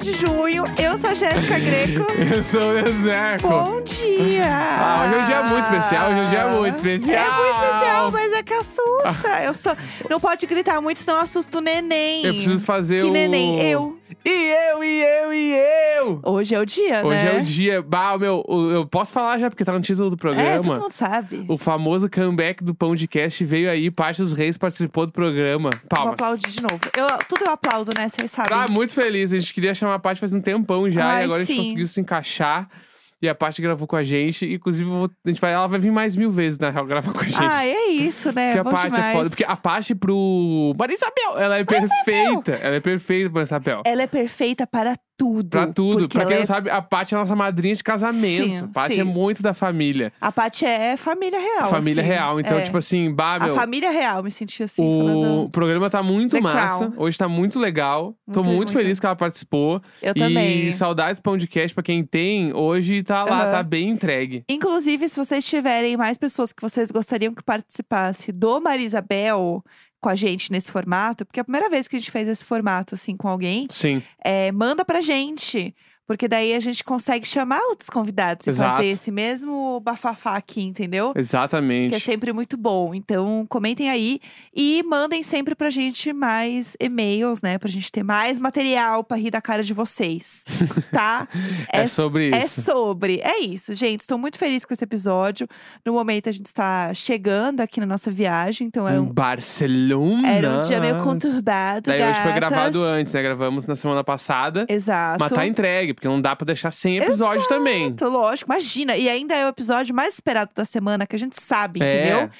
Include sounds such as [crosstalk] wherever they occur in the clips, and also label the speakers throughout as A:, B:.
A: de junho. Eu sou a Jéssica Greco.
B: Eu sou o Nesneco.
A: Bom dia!
B: Ah, hoje é um dia muito especial, hoje é um dia muito especial.
A: É muito especial, mas é que assusta. Eu sou... Não pode gritar muito, senão assusta o neném.
B: Eu preciso fazer
A: Que
B: o...
A: neném? Eu.
B: E eu, e eu, e eu!
A: Hoje é o dia,
B: Hoje
A: né?
B: é o dia. Bah, meu, o- eu posso falar já, porque tá no título do
A: É, todo
B: programa.
A: mundo sabe.
B: o famoso comeback do Pão de Cast veio aí, parte dos reis participou do programa.
A: Vou
B: Palmas.
A: aplaudir de novo. Eu, tudo eu aplaudo, né? Vocês sabem.
B: Tá muito feliz. A gente queria chamar a Paty faz um tempão já.
A: Ai,
B: e agora a
A: sim.
B: gente conseguiu se encaixar. E a Paty gravou com a gente. Inclusive, eu vou- a gente vai, ela vai vir mais mil vezes, na real, gravar com a [laughs] gente.
A: ah, é isso, né?
B: porque a
A: Bom
B: Paty
A: demais.
B: é foda. Porque a Paty pro. Maria Isabel, ela é perfeita. Ela é perfeita, Maria Isabel.
A: Ela é perfeita para tudo.
B: Pra tudo.
A: Porque
B: Pra
A: ela
B: quem não
A: é...
B: sabe, a Paty é a nossa madrinha de casamento.
A: Sim,
B: a Paty
A: sim.
B: é muito da família.
A: A Paty é família real.
B: família
A: assim.
B: real. Então,
A: É.
B: tipo assim, bah,
A: A
B: meu.
A: família real, me senti assim,
B: O
A: falando.
B: programa tá muito
A: The
B: massa.
A: Crown.
B: Hoje tá muito legal.
A: Muito,
B: Tô muito,
A: muito.
B: feliz que ela participou.
A: Eu
B: e
A: também.
B: saudades do pão de cash pra quem tem, hoje tá lá,
A: Aham.
B: tá bem entregue.
A: Inclusive, se vocês tiverem mais pessoas que vocês gostariam que participasse do Marisabel com a gente nesse formato, porque é a primeira vez que a gente fez esse formato assim com alguém,
B: Sim.
A: é, manda pra gente. Porque daí a gente consegue chamar outros convidados
B: Exato.
A: e fazer esse mesmo bafafá aqui, entendeu? Que é
B: Exatamente.
A: sempre muito bom. Então, comentem aí e mandem sempre pra gente mais e-mails, né? Pra gente ter mais material pra rir da cara de
B: [laughs]
A: vocês, tá?
B: É
A: s-
B: sobre
A: É
B: isso.
A: sobre. É isso, gente. Estou muito feliz com esse episódio. No momento, a gente está chegando aqui na nossa viagem. Então, é
B: Em
A: um-
B: Barcelona.
A: era um dia meio conturbado,
B: Hum, Daí hoje foi
A: gatas.
B: gravado antes, né? Gravamos na semana passada.
A: Exato.
B: Mas tá entregue, porque não dá pra deixar sem episódio também.
A: Então, lógico, imagina. E ainda é o episódio mais esperado da semana, que a gente sabe, entendeu?
B: É.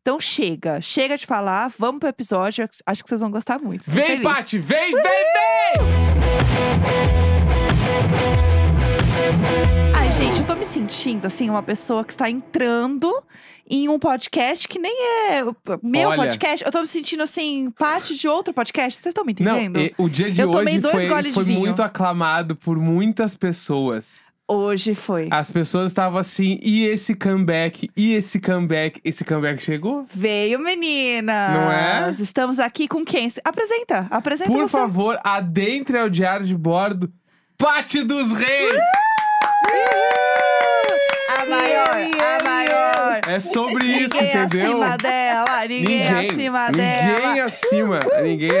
A: Então chega, chega de falar, vamos pro episódio. eu Acho que vocês vão gostar muito. Tô
B: Vem,
A: feliz.
B: Paty! Vem, vem, vem!
A: Ai, gente, eu tô me sentindo assim, uma pessoa que está entrando em um podcast que nem é o p- meu
B: Olha.
A: podcast. Eu tô me sentindo assim, parte de outro podcast. Vocês estão me
B: Não,
A: entendendo?
B: e- o dia de
A: Eu tomei
B: hoje
A: dois goles
B: foi,
A: de
B: foi
A: vinho.
B: muito aclamado por muitas pessoas.
A: Hoje foi.
B: As pessoas estavam assim, e esse comeback? E esse comeback? Esse comeback chegou?
A: Veio, meninas!
B: Não é?
A: Estamos aqui com quem? Se- Apresenta, apresenta
B: Por
A: É, então você.
B: favor, adentre ao diário de bordo. Pate dos Reis!
A: A maior, a maior.
B: É sobre isso,
A: ninguém
B: entendeu?
A: acima dela, ninguém, acima dela. Uh!
B: ninguém acima, ninguém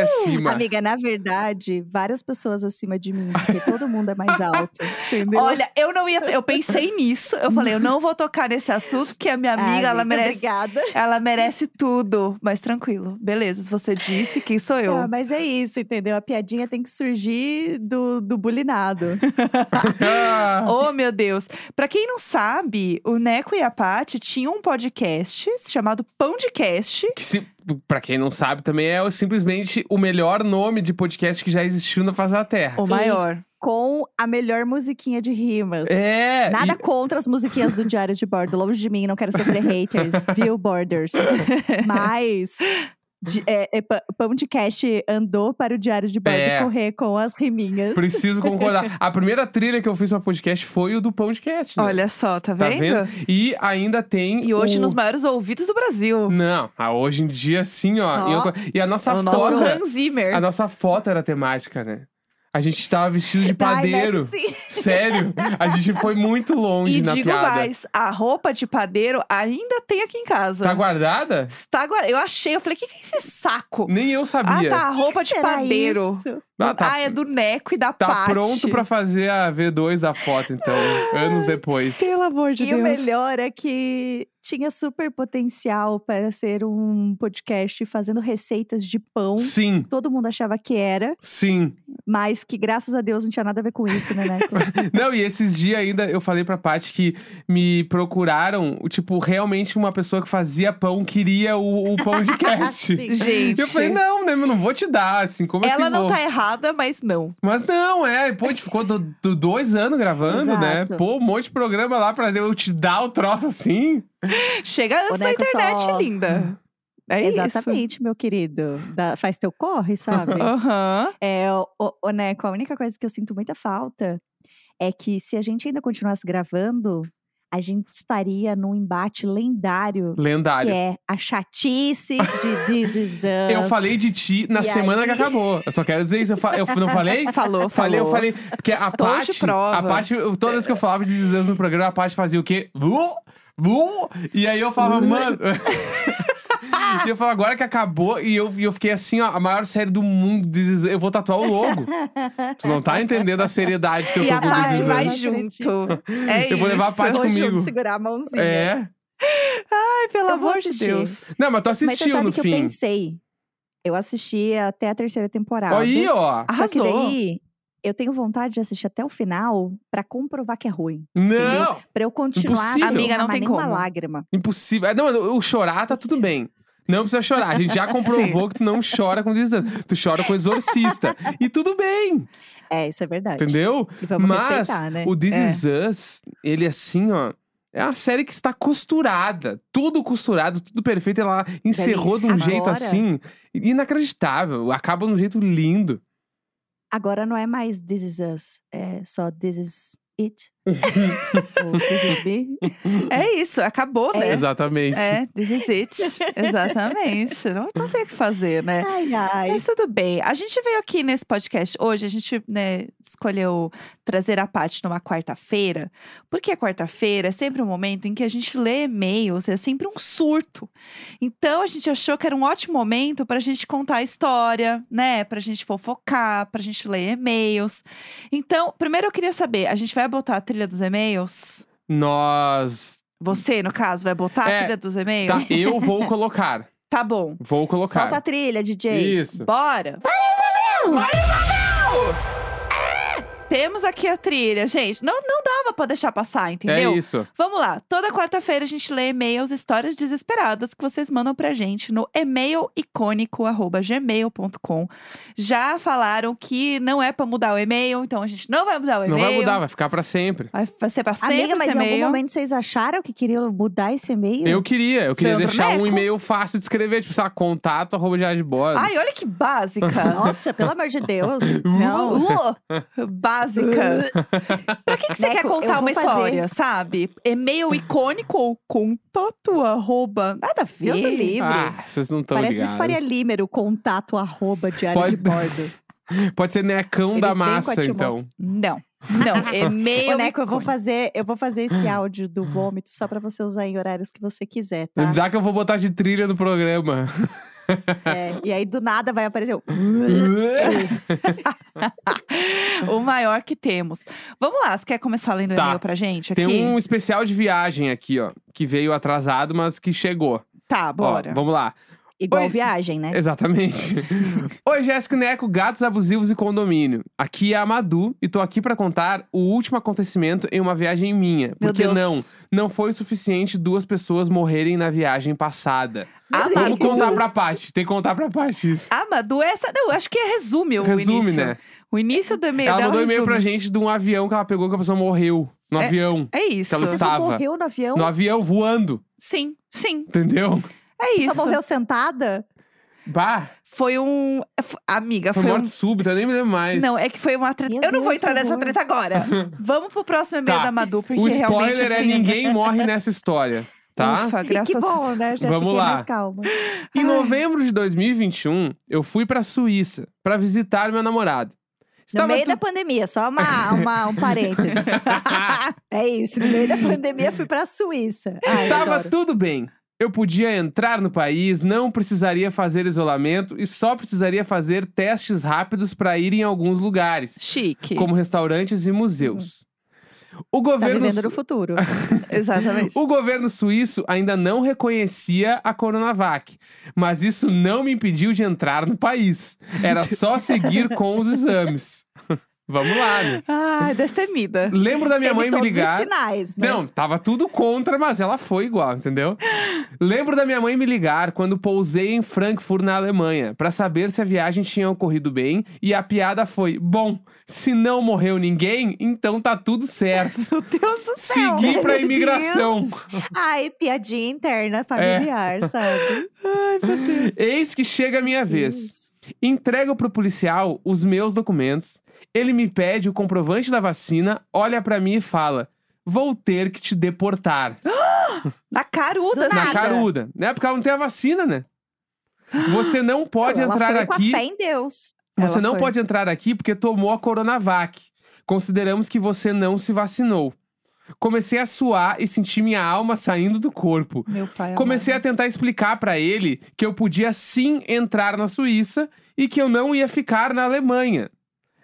A: [laughs]
B: acima. [laughs]
C: Amiga, na verdade, várias pessoas acima de mim, porque todo mundo é mais alto, entendeu?
A: Olha, eu não ia. Eu pensei nisso. Eu falei, eu não vou tocar nesse assunto, porque a
C: [laughs]
A: minha
C: Ah,
A: amiga, ela
C: amiga,
A: merece.
C: Obrigada.
A: Ela merece tudo. Mas tranquilo. Beleza, se você disse, quem sou eu?
C: Ah, mas é isso, entendeu? A piadinha tem que surgir do,
B: [laughs]
C: do bulinado.
B: Ah,
A: Oh, meu Deus. Pra quem não sabe, o Neco e a Paty tinham um podcast chamado Pão de Cast.
B: que se, pra quem não sabe, também é o- simplesmente o melhor nome de podcast que já existiu na face da Terra.
A: O maior.
C: Com a melhor musiquinha de rimas.
B: É!
C: Nada
B: e-
C: contra as musiquinhas do Diário de Bordo, longe de mim, não quero
B: [laughs]
C: sofrer haters, viu, Borders? Mas. de- é, é, pa- pão de cash andou para o Diário de Bordo
B: É.
C: correr com as riminhas.
A: [laughs]
B: preciso concordar. A primeira trilha que eu fiz pra podcast foi o do Pão de Cast. né?
A: Olha só, tá
B: Tá
A: vendo?
B: vendo? E ainda tem.
A: E hoje
B: o...
A: nos maiores ouvidos do Brasil.
B: Não, ah, hoje em dia sim, ó.
C: Ó.
B: E, eu tô- e a nossa
A: É o nosso
B: foto.
A: Hans Zimmer.
B: A nossa foto era temática, né? A gente tava vestido
A: [laughs]
B: de
C: Ai, não é
B: padeiro.
C: possível.
B: [laughs] Sério? A gente foi muito longe
A: E
B: na
A: digo
B: piada.
A: mais, a roupa de padeiro ainda tem aqui em casa.
B: Tá guardada?
A: Está guarda- Eu achei, eu falei, o que, que é esse saco?
B: Nem eu
A: Ah,
B: sabia.
A: tá, a roupa de
C: [laughs] Será
A: padeiro.
C: isso?
B: Ah, tá-
A: Ah, é do Neco e da
B: tá
A: Paty.
B: pronto pra fazer a V2 da foto, então. anos depois.
C: Pelo amor
A: de
C: e
A: Deus.
C: o melhor é que tinha super potencial para ser um podcast fazendo receitas de pão.
B: Sim,
C: Todo mundo achava que era,
B: sim.
C: mas que graças a Deus não tinha nada a ver com isso, né, Neco?
B: Não, e esses dias ainda eu falei pra Paty que me procuraram, tipo, realmente uma pessoa que fazia pão queria o, o pão de cast.
C: [laughs] Sim.
A: [laughs] Gente,
B: Eu falei, não, né? Eu não vou te dar, assim, como
A: ela
B: assim
A: não
B: vou?
A: tá errada, mas não.
B: Mas não, é, pô, a gente ficou do, do dois anos gravando, né?
C: Exato.
B: Pô, um monte de programa lá pra eu te dar o troço assim.
A: Chega antes da
C: Neco
A: internet,
C: só-
A: linda. É isso.
C: Exatamente, meu querido. Da- faz teu corre, sabe?
A: Aham.
C: é, o, o Neco, a única coisa que eu sinto muita falta é que se a gente ainda continuasse gravando, a gente estaria num embate lendário.
B: Lendário.
C: Que é a chatice de This Is Us.
B: Eu falei de ti na
C: E
B: semana que
C: aí?
B: acabou. Eu só quero dizer isso. Eu, fa- eu não falei?
A: Falou,
B: Falei, eu
A: falou.
B: falei. Porque a
A: Estou de
B: parte.
A: prova.
B: A parte. Todas que eu falava de exames no programa, a parte fazia o quê? Uh, uh, e aí eu falava,
A: [laughs]
B: mano. e eu falava, agora que acabou, e eu, e eu fiquei assim, ó, a maior série do mundo de This Is Us. Eu vou tatuar o logo. tu não tá entendendo a seriedade que eu
A: E
B: tô
A: a
B: com This
A: parte
B: Is Us.
A: vai
C: Não
A: junto. É
B: Eu vou levar a
A: isso.
B: parte
C: Vou
B: comigo.
C: junto segurar a mãozinha.
B: É.
A: Ai, pelo
C: Eu vou
A: amor de
C: assistir.
A: Deus.
B: Não, mas tu
C: Mas você
B: assistiu
C: sabe
B: no
C: que
B: fim.
C: eu pensei. Eu assisti até a terceira temporada.
B: Aí, ó.
C: Só que
A: Arrasou.
C: daí, eu tenho vontade de assistir até o final pra comprovar que é ruim.
B: Não!
C: Pra eu continuar
B: Impossível.
C: sem
A: Amiga, não
C: derramar
A: tem
C: nenhuma
A: como.
C: lágrima.
B: Impossível. É, Não, o chorar tá tudo bem. Não precisa chorar. A gente
A: [laughs]
B: já comprovou que tu não chora com desastre. Tu chora com exorcista. E tudo bem.
C: É, isso é verdade.
B: Entendeu?
C: E vamos
B: Mas
C: respeitar, né?
B: o This
A: É.
B: Is Us, ele assim, ó. É uma série que está costurada. Tudo costurado, tudo perfeito. Ela encerrou de um
C: Belíssima.
B: jeito
C: Agora-
B: assim. Inacreditável. Acaba de um jeito lindo.
C: Agora não é mais This Is Us, é só This Is
B: [laughs]
C: It. Ou This Is Me.
A: É isso, acabou, né?
B: Exatamente.
A: É, this is it. Exatamente. Não, não tem o que fazer, né?
C: Ai, ai.
A: Mas tudo bem. A gente veio aqui nesse podcast hoje, a gente né, escolheu trazer a parte numa quarta-feira, porque a quarta-feira é sempre um momento em que a gente lê e-mails, é sempre um surto. Então a gente achou que era um ótimo momento para a gente contar a história, né? Para a gente fofocar, para a gente ler e-mails. Então, primeiro eu queria saber, a gente vai botar a trilha dos e-mails?
B: Nós.
A: Você, no caso, vai botar
B: É,
A: a trilha dos
B: Tá,
A: e-mails?
B: eu vou colocar.
A: Tá bom.
B: Vou colocar.
C: Solta a trilha, DJ.
B: Isso. É
A: Bora! É! Temos aqui a trilha, gente. Não, não dava pra deixar passar, entendeu?
B: É isso.
A: Vamos lá. Toda quarta-feira a gente lê e-mails, histórias desesperadas que vocês mandam pra gente no e-mailicônico.gmail.com. Já falaram que não é pra mudar o e-mail, então a gente não vai mudar o
B: Não
A: e-mail.
B: vai mudar, vai ficar pra sempre.
A: Vai- Vai ser pra sempre
C: Amiga, mas
A: esse
C: em algum
A: e-mail.
C: momento vocês acharam que queriam mudar esse e-mail?
B: Eu queria, eu queria
A: Sandro
B: deixar um
A: Neco?
B: e-mail fácil de escrever, tipo, sei lá, contato arroba diário de bordo.
A: Ai, olha que
B: [laughs]
A: básica.
C: Nossa, pelo amor de Deus.
B: Uh,
A: Não.
C: Não.
A: Básica. pra que, que você
C: Neco,
A: quer
C: Né, eu
A: contar
C: vou
A: uma
C: fazer. Tá.
A: história, sabe? E-mail icônico ou contato arroba. Nada a ver.
C: Deus o livre.
B: Ah, vocês não estão
C: Parece
B: ligados.
C: muito Faria Limer, o contato arroba diário
B: Pode-
C: de
B: [laughs]
C: bordo.
B: Pode ser necão
C: Ele
B: da
C: vem com a
B: massa, então.
C: atmosfera.
A: Não.
C: [laughs]
A: Não, e-mail. né,
C: Ô, Neco, eu vou,
A: icônico.
C: fazer, eu vou fazer esse áudio do vômito só pra você usar em horários que você quiser, tá?
B: [laughs] Me dá que eu vou botar de trilha
A: [laughs]
B: no programa.
C: É, e aí, do nada, vai aparecer o...
A: O maior que temos. Vamos lá, você quer começar lendo
B: Tá.
A: e-mail pra gente aqui?
B: Tem um especial de viagem aqui, ó, que veio atrasado, mas que chegou.
A: Tá,
B: Ó,
A: bora. É.
B: vamos lá.
C: Igual
B: Oi.
C: viagem, né?
A: [laughs]
B: Exatamente. Oi, Jéssica e Neco, gatos abusivos e condomínio. Aqui é a Madu e tô aqui pra contar o último acontecimento em uma viagem minha.
A: Meu
B: porque
A: Deus.
B: não, não foi o suficiente duas pessoas morrerem na viagem passada.
A: Ah,
C: Meu
A: Madu.
B: Vamos contar
C: Deus.
B: pra parte. Tem que contar pra parte isso.
A: Ah, Madu, essa. Não, acho que resume o
B: Resume,
A: início.
B: né?
A: O início do e-mail
B: Ela
A: dela.
B: mandou um e-mail
A: resume.
B: pra gente de um avião que ela pegou que a pessoa morreu. No
A: É.
B: avião.
A: É isso.
B: Ela
C: Você só
B: Tava.
C: morreu no
A: Então
C: avião?
B: No avião voando,
A: Sim, sim.
B: entendeu?
A: É
C: Só
A: isso.
C: morreu sentada?
B: Bah,
A: Foi um. f- Amiga,
B: foi
A: foi um
B: morte súbita, nem me lembro mais.
A: Não, é que foi uma treta.
C: Meu
A: eu não vou
C: Deus,
A: entrar
C: que
A: nessa
C: horror. [laughs]
B: Tá. é
A: assim, é [laughs]
B: tá?
C: né?
B: um,
A: [laughs]
B: [laughs]
C: um
A: Ah,
C: É
A: Uhum. Tá
C: Tá
B: [laughs] [laughs] né? então tá É. vou ter que te deportar.
C: né? Hum.
A: Na caruda,
C: Do
B: Na
C: Ah, nada.
B: caruda. Né? Porque ela não tem a vacina, né? Você não pode
C: ela
B: entrar
C: foi com
B: aqui.
C: a fé em Deus.
B: Você
A: Ela
B: não
A: foi.
B: pode entrar aqui porque tomou a Coronavac. Consideramos que você não se vacinou. Comecei a suar e senti minha alma saindo do corpo.
A: Meu
C: É,
A: pai.
C: né?
B: Comecei a tentar explicar pra ele que eu podia sim entrar na Suíça e que eu não ia ficar na Alemanha.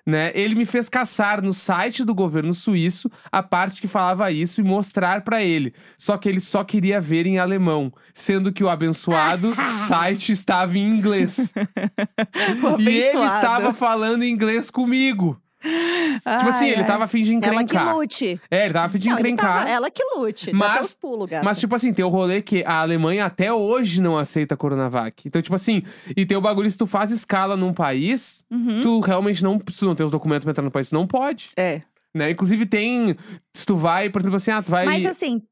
B: Né? Ele me fez caçar no site do governo suíço a parte que falava isso e mostrar pra ele. Só que ele só queria ver em alemão, sendo que o
C: [laughs]
B: abençoado site estava em inglês.
A: a
B: E ele estava falando em inglês comigo. tipo assim, ele tava a fim de
C: Ela que
B: encrencar.
C: lute.
B: É, ele tava a fim de
C: É Não, ele
B: encrencar.
C: tava- é ela que lute.
B: Mas-
C: Dá até os pulos, gata.
B: Mas, tipo assim, tem o rolê que a Alemanha até hoje não aceita a Coronavac. Então, tipo assim, e tem o bagulho, se tu faz escala num país,
A: Uhum.
B: tu realmente não, se tu não tem os documentos pra entrar no país, tu não pode.
A: É. [laughs]
B: Né? Inclusive tem, se tu vai, por exemplo assim, ah, tu vai,
C: Mas assim,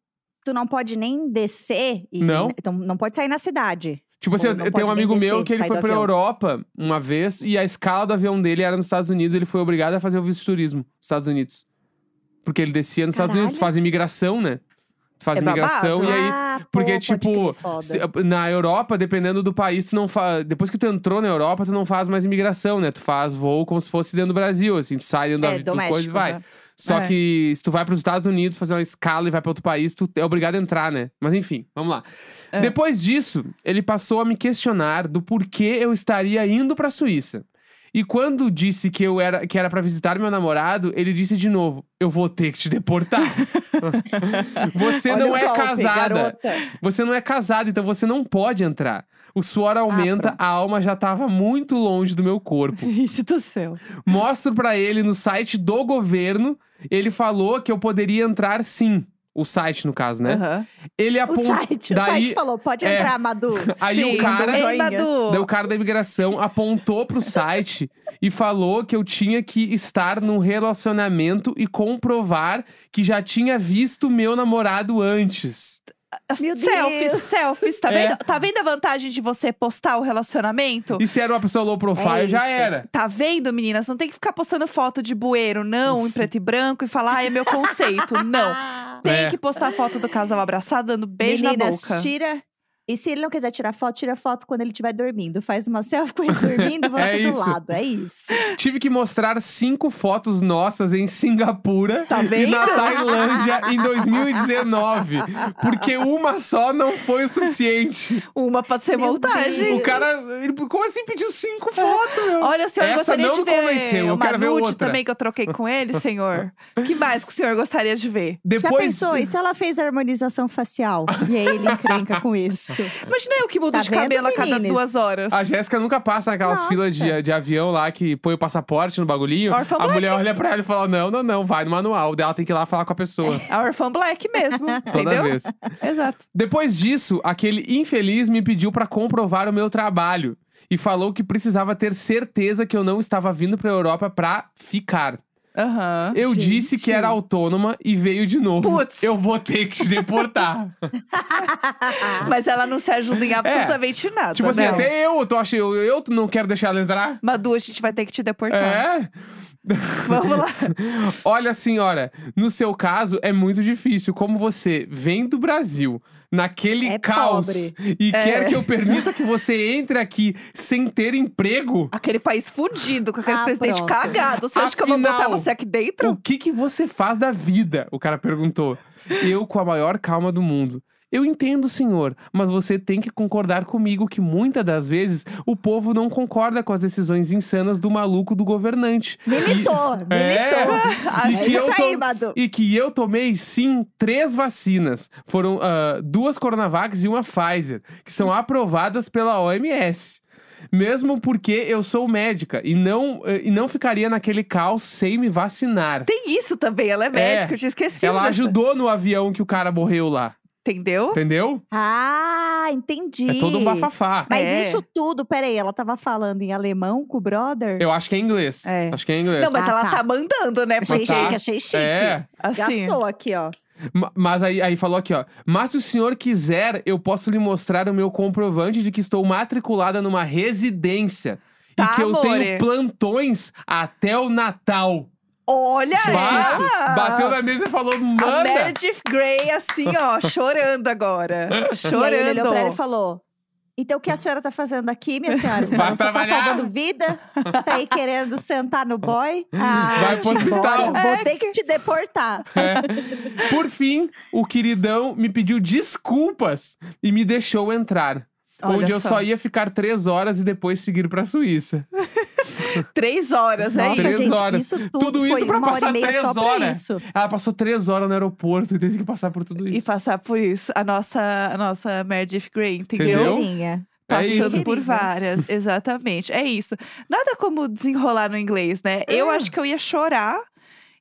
C: tu não pode nem descer e
B: Não.
C: então, não pode sair na cidade.
B: tipo assim,
C: não
B: eu-
C: pode
B: tem um
C: nem
B: amigo
C: descer,
B: meu que ele
C: sair
B: foi
C: do
B: pra
C: avião.
B: Europa uma vez e a escala do avião dele era nos Estados Unidos, ele foi obrigado a fazer o visto de turismo nos Estados Unidos. Porque ele descia nos Estados
C: Caralho.
B: Unidos, tu faz imigração, né? Tu faz
A: É babado.
B: imigração e aí
C: ah,
B: porque,
C: pô, pode
B: tipo,
C: crer, foda.
B: Se- na Europa, dependendo do país, tu não faz. Depois que tu entrou na Europa, tu não faz mais imigração, né? Tu faz voo como se fosse dentro do Brasil, assim, tu sai dentro
C: é,
B: da do
C: doméstico,
B: coisa e vai.
C: né?
B: Só
A: É.
B: que se tu vai pros Estados Unidos fazer uma escala e vai pra outro país, tu é obrigado a entrar, né? Mas enfim, vamos lá.
A: É.
B: Depois disso, ele passou a me questionar do porquê eu estaria indo pra Suíça. E quando disse que eu era que era para visitar meu namorado, ele disse de novo: "Eu vou ter que te deportar.
C: [laughs]
B: Você
C: Olha
B: não
C: o
B: é
C: golpe,
B: casada.
C: garota.
B: Você não é casado, então você não pode entrar. O suor
C: Ah,
B: aumenta, a alma já tava muito longe do meu
C: [laughs]
B: corpo.
A: Gente do céu.
B: Mostro pra ele no site do governo, ele falou que eu poderia entrar sim. O site, no caso, né?
A: Aham.
B: Ele
C: O
B: apontou.
C: site, o
B: daí-
C: site falou, pode
B: é. [laughs]
C: entrar, Madu.
B: Aí
A: Sim. um
B: o cara.
C: mandou
A: Ei,
C: joinha.
A: Madu.
B: Daí o cara da imigração apontou pro site e falou que eu tinha que estar num relacionamento e comprovar que já tinha visto meu namorado antes.
C: Meu Deus.
A: Selfies, selfies. Tá,
B: É.
A: vendo, tá vendo a vantagem de você postar o relacionamento?
B: E se era uma pessoa low profile,
C: É
B: já
C: isso.
B: era.
A: Tá vendo, meninas? Não tem que ficar postando foto de bueiro, não, em preto e branco, e falar, ah, é meu conceito. [laughs] Não.
C: Ah.
A: Tem
B: É.
A: que postar foto do casal abraçado, dando beijo
C: Meninas,
A: na boca.
C: tira. E se ele não quiser tirar foto, tira foto quando ele estiver dormindo. Faz uma [laughs] selfie com ele dormindo e você
B: É
C: do
B: isso.
C: lado. É isso.
B: Tive que mostrar cinco fotos nossas em Singapura
A: Tá
B: e
A: vendo?
B: na Tailândia em 2019. Porque uma só não foi o suficiente.
A: Uma pode ser
C: Meu
A: montagem.
B: O cara, ele, como assim pediu cinco fotos, meu?
A: Olha, o senhor
B: Essa
A: gostaria
B: não
A: de
B: me
A: ver
B: convenceu, eu
A: uma
B: quero ver
A: nude
B: outra.
A: também que eu troquei com ele,
B: [laughs]
A: senhor? que mais que o senhor gostaria de ver?
B: Depois,
C: Já pensou? E se ela fez a harmonização facial? E aí ele encrenca
B: [laughs]
C: com isso.
A: Imagina eu que mudo
C: Tá
A: de
C: vendo,
A: cabelo a cada
C: meninas?
A: duas horas.
B: a Jéssica nunca passa naquelas
C: Nossa.
B: filas de, de avião lá que põe o passaporte no bagulhinho.
A: Órfã
B: a
A: Black.
B: mulher olha pra ela e fala: Não, não, não, vai no manual. Daí Ela tem que ir lá falar com a pessoa.
A: A Orphan Black mesmo,
B: Toda
A: É. entendeu?
B: vez.
A: Exato.
B: Depois disso, aquele infeliz me pediu pra comprovar o meu trabalho e falou que precisava ter certeza que eu não estava vindo pra Europa pra ficar.
A: Aham.
B: Eu
C: Gente.
B: disse que era autônoma e veio de novo.
A: Putz.
B: Eu vou ter que te deportar.
A: Mas ela não se ajuda em absolutamente nada.
B: É. tipo assim,
A: né?
B: até eu, tu acha, eu, eu não quero deixar ela entrar.
A: Madu, a gente vai ter que te deportar.
B: É.
A: Vamos
B: [laughs]
A: lá.
B: Olha, senhora, no seu caso é muito difícil. Como você vem do Brasil, naquele
C: É
B: caos, e
A: É.
B: quer que eu permita que você entre aqui sem ter emprego,
A: Aquele país fudido, com aquele
C: Ah,
A: presidente
C: pronto.
A: cagado. Você acha que eu vou
B: Afinal,
A: botar você aqui
B: O
A: dentro?
B: que que você faz da vida? O cara perguntou. Eu com a maior calma do mundo. Eu entendo, senhor, mas você tem que concordar comigo que muitas das vezes o povo não concorda com as decisões insanas do maluco do governante.
C: Militou, militou.
A: Ah,
B: E
C: É
B: que eu
C: isso aí,
B: tô-
C: Madu.
B: E que eu tomei, sim, três vacinas. Foram ah, duas Coronavacs e uma Pfizer, que são aprovadas pela OMS. Mesmo porque eu sou médica e não, eh, e não ficaria naquele caos sem me vacinar.
A: Tem isso também, ela é médica, eu tinha esquecido.
B: Ela
A: dessa.
B: ajudou no avião que o cara morreu lá.
A: Entendeu?
B: Entendeu?
C: Ah, entendi.
B: É todo um bafafá.
C: Mas
A: É.
C: isso tudo, peraí, ela tava falando em alemão com o brother?
B: Eu acho que é inglês.
A: É.
B: Acho que é inglês.
A: Não, mas
C: Ah,
A: ela
C: tá.
A: tá mandando, né?
C: Achei
A: Porque,
B: Tá.
C: chique, achei chique.
B: É.
A: assim,
C: Gastou aqui, ó.
B: Ma- Mas aí, aí falou aqui, ó. Mas se o senhor quiser, eu posso lhe mostrar o meu comprovante de que estou matriculada numa residência.
A: Tá,
B: e que eu
A: amore.
B: tenho plantões até o Natal.
A: Olha
B: Bah,
A: ela!
B: Bateu na mesa e falou,
A: A
B: mana.
A: Meredith Grey, assim,
B: [laughs]
A: ó, chorando agora.
C: E aí ele
A: Chorando.
C: olhou pra ela e falou: Então o que a senhora tá fazendo
B: [laughs]
C: aqui, minha senhora? Você
B: Vai
C: tá, você tá
B: trabalhar?
C: salvando vida? Tá aí querendo sentar no boy? Ah,
B: Vai pro
C: te
B: hospital.
C: bora, Vou ter que te deportar.
B: É. Por fim, o queridão me pediu desculpas e me deixou entrar.
A: Olha
B: onde eu só
A: só.
B: ia ficar três horas e depois seguir pra Suíça.
A: Três horas, é
C: Nossa,
A: isso?
B: Três
C: gente,
B: horas.
C: Isso tudo,
B: Tudo isso
C: foi
B: pra
C: uma hora
B: passar
C: e meia
B: três
C: só pra
B: horas.
C: isso.
B: Ela passou três horas no aeroporto e teve que passar por tudo
A: E
B: isso.
A: passar por isso. A nossa, a nossa Meredith Grey, entendeu?
B: Entendeu?
C: Inteirinha.
B: É
A: Passando
B: isso.
A: por
C: Incrível.
A: várias, exatamente. É isso. Nada como desenrolar no inglês, né? Eu acho que eu ia chorar.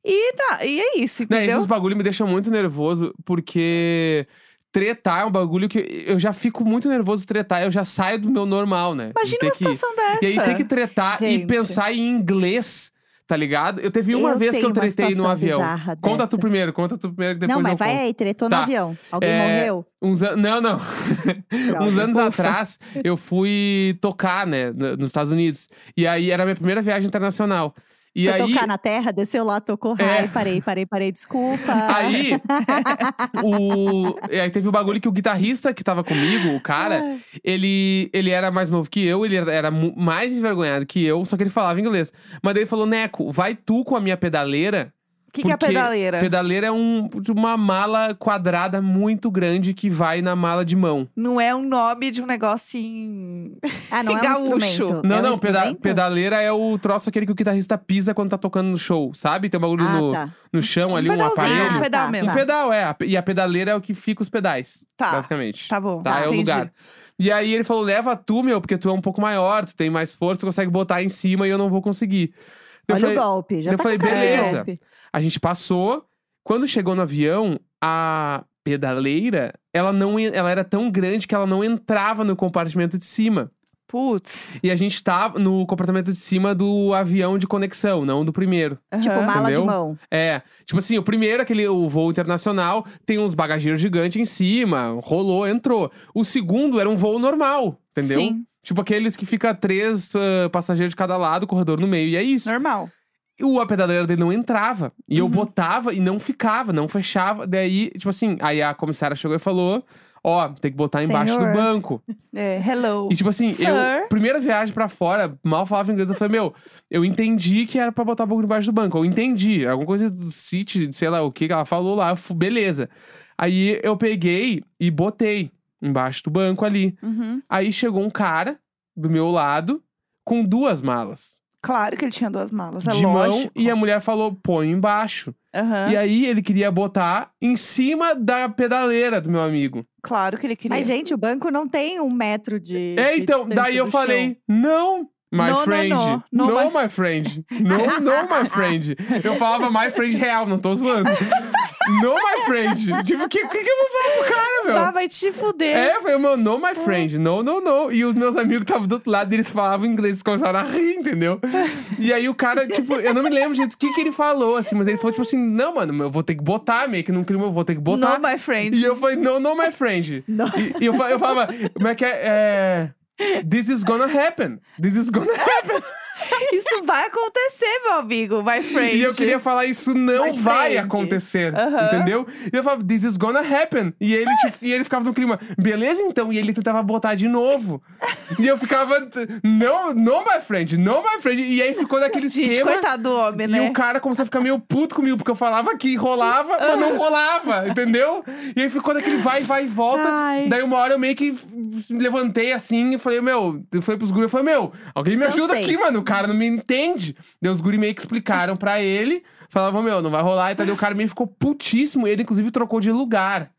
A: E, na- e é isso,
B: Né,
A: entendeu?
B: esses bagulho me deixam muito nervoso, porque tretar é um bagulho que eu já fico muito nervoso tretar, eu já saio do meu normal, né? De
A: Imagina
B: ter
A: uma
B: que-
A: situação dessa.
B: E aí tem que tretar e
C: Gente.
B: pensar em inglês, tá ligado? Eu teve uma vez que
C: tenho
B: eu
C: uma
B: tretei no
C: situação
B: avião.
C: bizarra
B: Conta
C: dessa.
B: tu primeiro, conta tu primeiro que depois
C: Não, mas
B: eu
C: vai
B: conto.
C: aí, tretou
B: Tá.
C: no avião. Alguém
B: É,
C: morreu?
B: Uns an... Não, não.
C: Droga.
B: [laughs] Uns anos
C: Ufa.
B: atrás, eu fui tocar, né, no- nos Estados Unidos. E aí era a minha primeira viagem internacional. E
C: Foi
B: aí
C: tocar na terra, desceu lá, tocou.
B: É.
C: Ai, parei, parei, parei, desculpa.
B: Aí, o... e aí teve o bagulho que o guitarrista que tava comigo, o cara,
A: Ah.
B: ele, ele era mais novo que eu, ele era- era mu- mais envergonhado que eu, só que ele falava inglês. Mas daí ele falou, Neco, vai tu com a minha pedaleira.
A: O que, que é a
B: porque
A: pedaleira?
B: Pedaleira é um, uma mala quadrada muito grande que vai na mala de mão.
A: Não é um nome de um negócio em.
C: Ah, não é um
A: Gaúcho.
C: instrumento.
B: Não,
C: é um
B: não, peda-
C: instrumento?
B: pedaleira é o troço aquele que o guitarrista pisa quando tá tocando no show, sabe? Tem um bagulho
C: Ah,
B: no,
C: tá.
B: no chão ali,
A: um
B: um
A: pedalzinho,
B: aparelho.
A: um pedal
C: tá,
A: mesmo.
B: Um
C: tá.
B: pedal, é. a pe- E a pedaleira é o que fica os pedais,
A: Tá.
B: basicamente.
A: Tá bom.
B: Tá, é o
A: entendi.
B: lugar. E aí ele falou: leva tu, meu, porque tu é um pouco maior, tu tem mais força, tu consegue botar em cima e eu não vou conseguir. Eu
C: Olha
B: falei,
C: o golpe. Já
B: eu
C: tá
B: falei,
C: com cara de
B: beleza.
C: golpe.
B: a gente passou. Quando chegou no avião, a pedaleira, ela não en- ela era tão grande que ela não entrava no compartimento de cima.
A: Putz.
B: E a gente tava no compartimento de cima do avião de conexão, não do primeiro.
C: Tipo,
A: Aham.
C: mala
B: Entendeu?
C: de mão.
B: É, tipo assim, o primeiro, aquele o voo internacional, tem uns bagageiros gigantes em cima, rolou, entrou. O segundo era um voo normal, entendeu?
A: Sim,
B: Tipo aqueles que fica três ah, passageiros de cada lado, corredor no meio, e é isso.
A: normal.
B: E o a pedaleira dele não entrava. E eu
A: Uhum.
B: botava e não ficava, não fechava. Daí, tipo assim, aí a comissária chegou e falou: Ó, tem que botar embaixo do
C: Senhor.
B: banco.
A: É, hello.
B: E tipo assim, eu,
A: Sir.
B: primeira viagem pra fora, mal falava inglês, eu falei, meu, eu entendi que era pra botar o banco embaixo do banco. Eu entendi. Alguma coisa do City, sei lá o que que ela falou lá, eu fu- beleza. Aí eu peguei e botei embaixo do banco ali.
A: Uhum.
B: Aí chegou um cara do meu lado com duas malas
A: Claro que ele tinha duas malas, é
B: de mão
A: lógico.
B: e a mulher falou: põe embaixo.
A: Aham,
B: E aí ele queria botar em cima da pedaleira do meu amigo.
A: Claro que ele queria.
C: Mas, gente, o banco não tem um metro de.
B: é,
C: de
B: então,
C: distância
B: daí eu
C: do
B: falei:
C: chão.
B: não. My
A: No, no,
B: friend.
A: no. No,
B: my... friend. No, no, my friend. Eu falava my friend real, não tô zoando. [laughs] no, my friend. Tipo, o que, que, que eu vou falar pro cara, meu?
A: Ah, vai te fuder.
B: É, foi o meu no, my friend. No, no, no. E os meus amigos que estavam do outro lado, eles falavam inglês, eles começaram a rir, entendeu? E aí o cara, tipo, eu não me lembro gente, o que, que ele falou, assim, mas ele falou, tipo assim, não, mano, eu vou ter que botar, meio que num clima, eu vou ter que botar.
A: No, my friend.
B: E eu falei, no, no, my friend.
C: Não.
B: E, e eu, fa- eu falava, como é que é? é, This is gonna happen. This is
A: [laughs]
B: gonna happen.
A: Isso vai acontecer, meu amigo, my friend.
B: E eu queria falar, isso não
C: My
B: vai
C: friend.
B: acontecer.
A: Aham.
B: Entendeu? E eu falava, this is gonna happen. E ele, tipo, e ele ficava no clima, beleza então? E ele tentava botar de novo. e eu ficava, não, não, my friend, não, my friend. E aí ficou naquele
A: Gente,
B: esquema.
A: coitado do homem,
B: E
A: né?
B: o cara começou a ficar meio puto comigo, porque eu falava que rolava, mas
C: Ah.
B: não rolava, entendeu? E aí ficou naquele vai, vai e volta.
A: Ai.
B: Daí uma hora eu meio que me levantei assim e falei, meu, foi pros guri, eu falei, meu, alguém me
C: Eu
B: ajuda
C: sei.
B: aqui, mano, o cara não me entende. Daí os guri meio que explicaram pra ele, falavam, meu, não vai rolar. E daí o cara meio ficou putíssimo, ele inclusive trocou de lugar.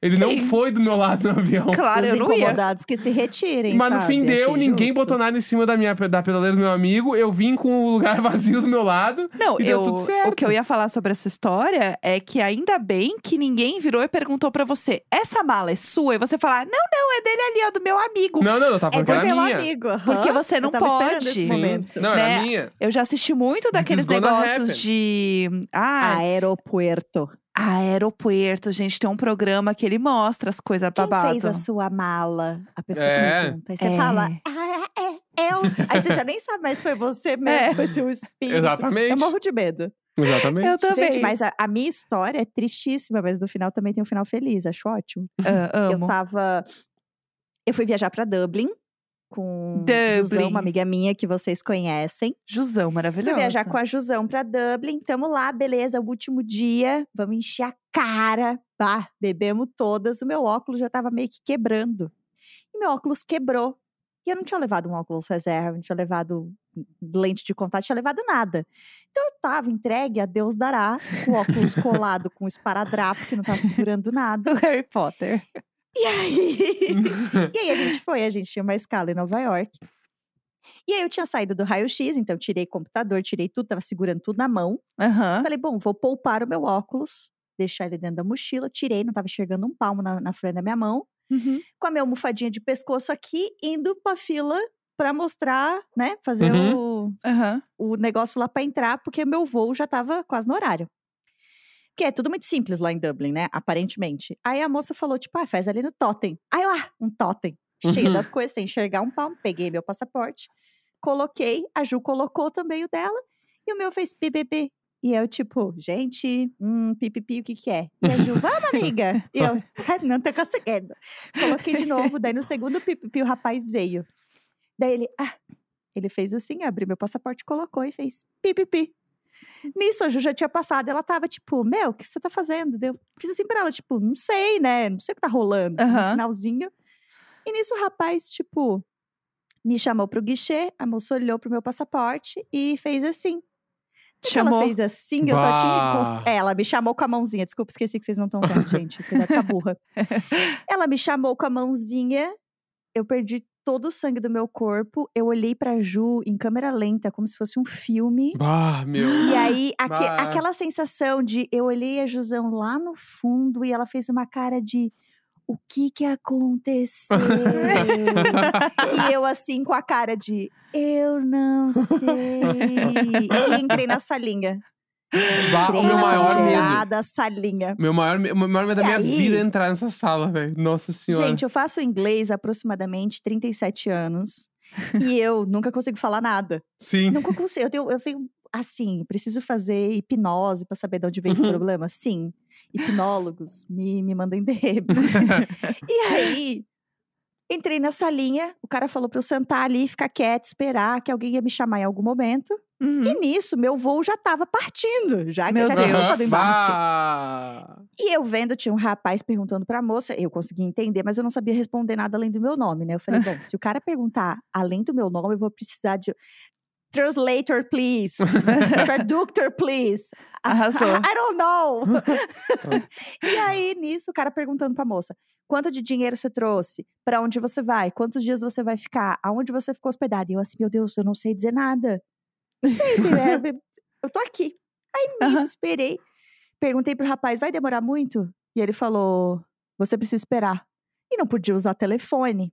B: Ele
A: Sim.
B: não foi do meu lado no avião.
A: Claro,
C: Os
A: eu não ia.
C: incomodados que se retirem.
B: Mas no
C: sabe?
B: fim deu,
C: Achei
B: ninguém
C: justo.
B: botou nada em cima da minha da pedaleira do meu amigo. Eu vim com o lugar [laughs] vazio do meu lado.
A: Não,
B: e
A: eu,
B: deu tudo certo.
A: o que eu ia falar sobre essa história é que ainda bem que ninguém virou e perguntou pra você: essa mala é sua? E você falar: não, não, é dele ali, ó, do meu amigo.
B: Não, não, não, tá
C: É
B: falando
C: do
B: que
C: meu
B: era minha.
C: amigo. aham.
A: Porque você
C: Eu
A: não
C: tava esperando
A: pode.
C: esse
A: Sim.
C: momento.
B: Não, era
A: né?
B: minha.
A: Eu já assisti muito daqueles
B: is gonna happen.
A: negócios de. Ah,
C: Aeropuerto.
A: aeroporto, gente. Tem um programa que ele mostra as coisas
C: Quem
A: babadas.
C: fez a sua mala? A pessoa
B: É.
C: pergunta. Aí você
A: É.
C: fala, ah, [laughs] é eu. Aí você já nem sabe mais se foi você mesmo,
A: É.
C: foi seu espírito.
B: Exatamente.
C: Eu morro de medo.
B: Exatamente.
A: Eu também.
C: Gente, mas a, a minha história é tristíssima, mas no final também tem um final feliz, acho ótimo.
A: Ah,
C: Eu
A: amo.
C: tava. Eu fui viajar pra Dublin com Jusão,
A: Dublin.
C: uma amiga minha que vocês conhecem.
A: Jusão,
C: Fui
A: maravilhosa.
C: viajar com a Jusão pra Dublin. Tamo lá, beleza, o último dia. Vamos encher a cara. Bah, bebemos todas. O meu óculos já tava meio que quebrando. E meu óculos quebrou. E eu não tinha levado um óculos reserva, não tinha levado lente de contato, não tinha levado nada. Então eu tava entregue a Deus dará, com o óculos colado com esparadrapo, que não tava segurando nada.
A: do Harry Potter.
C: E aí? e aí a gente foi, a gente tinha uma escala em Nova York. E aí eu tinha saído do raio-x, então tirei computador, tirei tudo, tava segurando tudo na mão.
A: Aham.
C: Falei, bom, vou poupar o meu óculos, deixar ele dentro da mochila. Tirei, não tava enxergando um palmo na, na frente da minha mão.
A: Uhum.
C: Com a minha almofadinha de pescoço aqui, indo pra fila pra mostrar, né, fazer
B: Uhum.
C: o
A: Aham.
C: o negócio lá para entrar, porque meu voo já tava quase no horário. Porque é tudo muito simples lá em Dublin, né? Aparentemente. Aí a moça falou, tipo, ah, faz ali no totem. Aí eu, ah, um totem. Cheio das coisas, sem enxergar um palmo. Peguei meu passaporte, coloquei, a Ju colocou também o dela, e o meu fez pipipi. E eu, tipo, gente, hum, pipipi, o que que é? E a Ju, vamos, amiga! E eu, "Ah, não tô conseguindo. Coloquei de novo, daí
A: [laughs]
C: no segundo pipipi o rapaz veio. Daí ele, ah, ele fez assim, abriu meu passaporte, colocou e fez pipipi. Nisso, a Ju já tinha passado. Ela tava tipo, meu, o que você tá fazendo? Daí Eu fiz assim pra ela, tipo, não sei, né? Não sei o que tá rolando. Fiz Um
A: Aham.
C: sinalzinho. E nisso, o rapaz, tipo, me chamou pro guichê. A moça olhou pro meu passaporte e fez assim. Daí que
A: Chamou.
C: Ela fez assim, eu só tinha. encos-
B: Bah.
C: É, Ela me chamou com a mãozinha. Desculpa, esqueci que vocês não estão vendo, gente. Cuidado com
B: [laughs]
C: a burra. Ela me chamou com a mãozinha. Eu perdi todo o sangue do meu corpo. Eu olhei pra Ju em câmera lenta, como se fosse um filme.
B: Bah, meu. [gasps]
C: E aí, aque-
B: Bah.
C: aquela sensação de eu olhei a Jusão lá no fundo e ela fez uma cara de o que que
B: [laughs]
C: aconteceu? e eu assim com a cara de eu não sei. E entrei na salinha.
B: Bah, Ah, o meu
C: Entrei na
B: maior medo.
C: congelada salinha.
B: Meu maior, me- o maior medo da
C: E
B: minha
C: aí?
B: vida é entrar nessa sala, velho. Nossa senhora.
C: Gente, eu faço inglês há aproximadamente 37 anos
B: [laughs]
C: e eu nunca consigo falar nada.
B: Sim.
C: Nunca consigo. Eu tenho, eu tenho, assim, preciso fazer hipnose pra saber de onde vem esse
B: Uhum.
C: problema? Sim. Hipnólogos me, me
B: [laughs]
C: mandem DM. e aí, entrei na salinha, o cara falou pra eu sentar ali, ficar quieta, esperar que alguém ia me chamar em algum momento.
A: Uhum.
B: Hum.
C: E nisso, meu voo já tava partindo, já,
A: Meu
C: já tinha
A: Deus.
C: passado o embarque.
B: Bah.
C: E eu vendo, tinha um rapaz perguntando pra moça, eu consegui entender, mas eu não sabia responder nada além do meu nome, né? Eu
A: [laughs]
C: falei, bom, se o cara perguntar além do meu nome, eu vou precisar de. Translator, please. [laughs] Traductor, please.
A: Arrasou.
C: [laughs] I don't know.
A: [laughs]
C: e aí, nisso, o cara perguntando pra moça: quanto de dinheiro você trouxe? Pra onde você vai? Quantos dias você vai ficar? Aonde você ficou hospedada? E eu assim, meu Deus, eu não sei dizer nada. Não sei,
A: [laughs]
C: Guilherme, eu tô aqui. Aí nisso,
A: Aham.
C: esperei. Perguntei pro rapaz: vai demorar muito? E ele falou: você precisa esperar. E não podia usar telefone.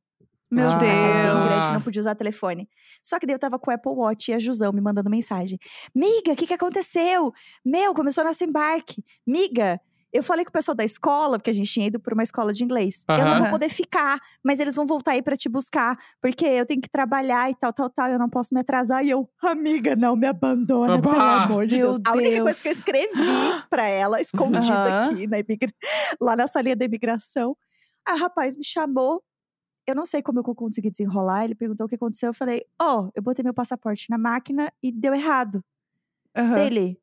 A: Meu
B: Ah.
C: Mas bem grande, não
A: Deus.
C: podia usar telefone. Só que daí eu tava com o Apple Watch e a Jusão me mandando mensagem. Miga, o que, que aconteceu? Meu, começou nosso embarque. Miga, eu falei com o pessoal da escola, porque a gente tinha ido pra uma escola de inglês. Eu não vou
A: Aham.
C: poder ficar, mas eles vão voltar aí pra te buscar, porque eu tenho que trabalhar e tal, tal, tal. Eu não posso me atrasar. E eu, amiga, não me abandona,
B: Bah,
C: pelo amor de
A: meu
C: Deus. A única coisa que eu
A: Deus.
C: escrevi pra ela, escondida
A: Aham.
C: aqui, na imigra- lá na salinha da imigração. Aí o rapaz me chamou, eu não sei como eu consegui desenrolar. Ele perguntou o que aconteceu. Eu falei, ó, eu botei meu passaporte na máquina e deu errado.
A: Aham.
C: Ele,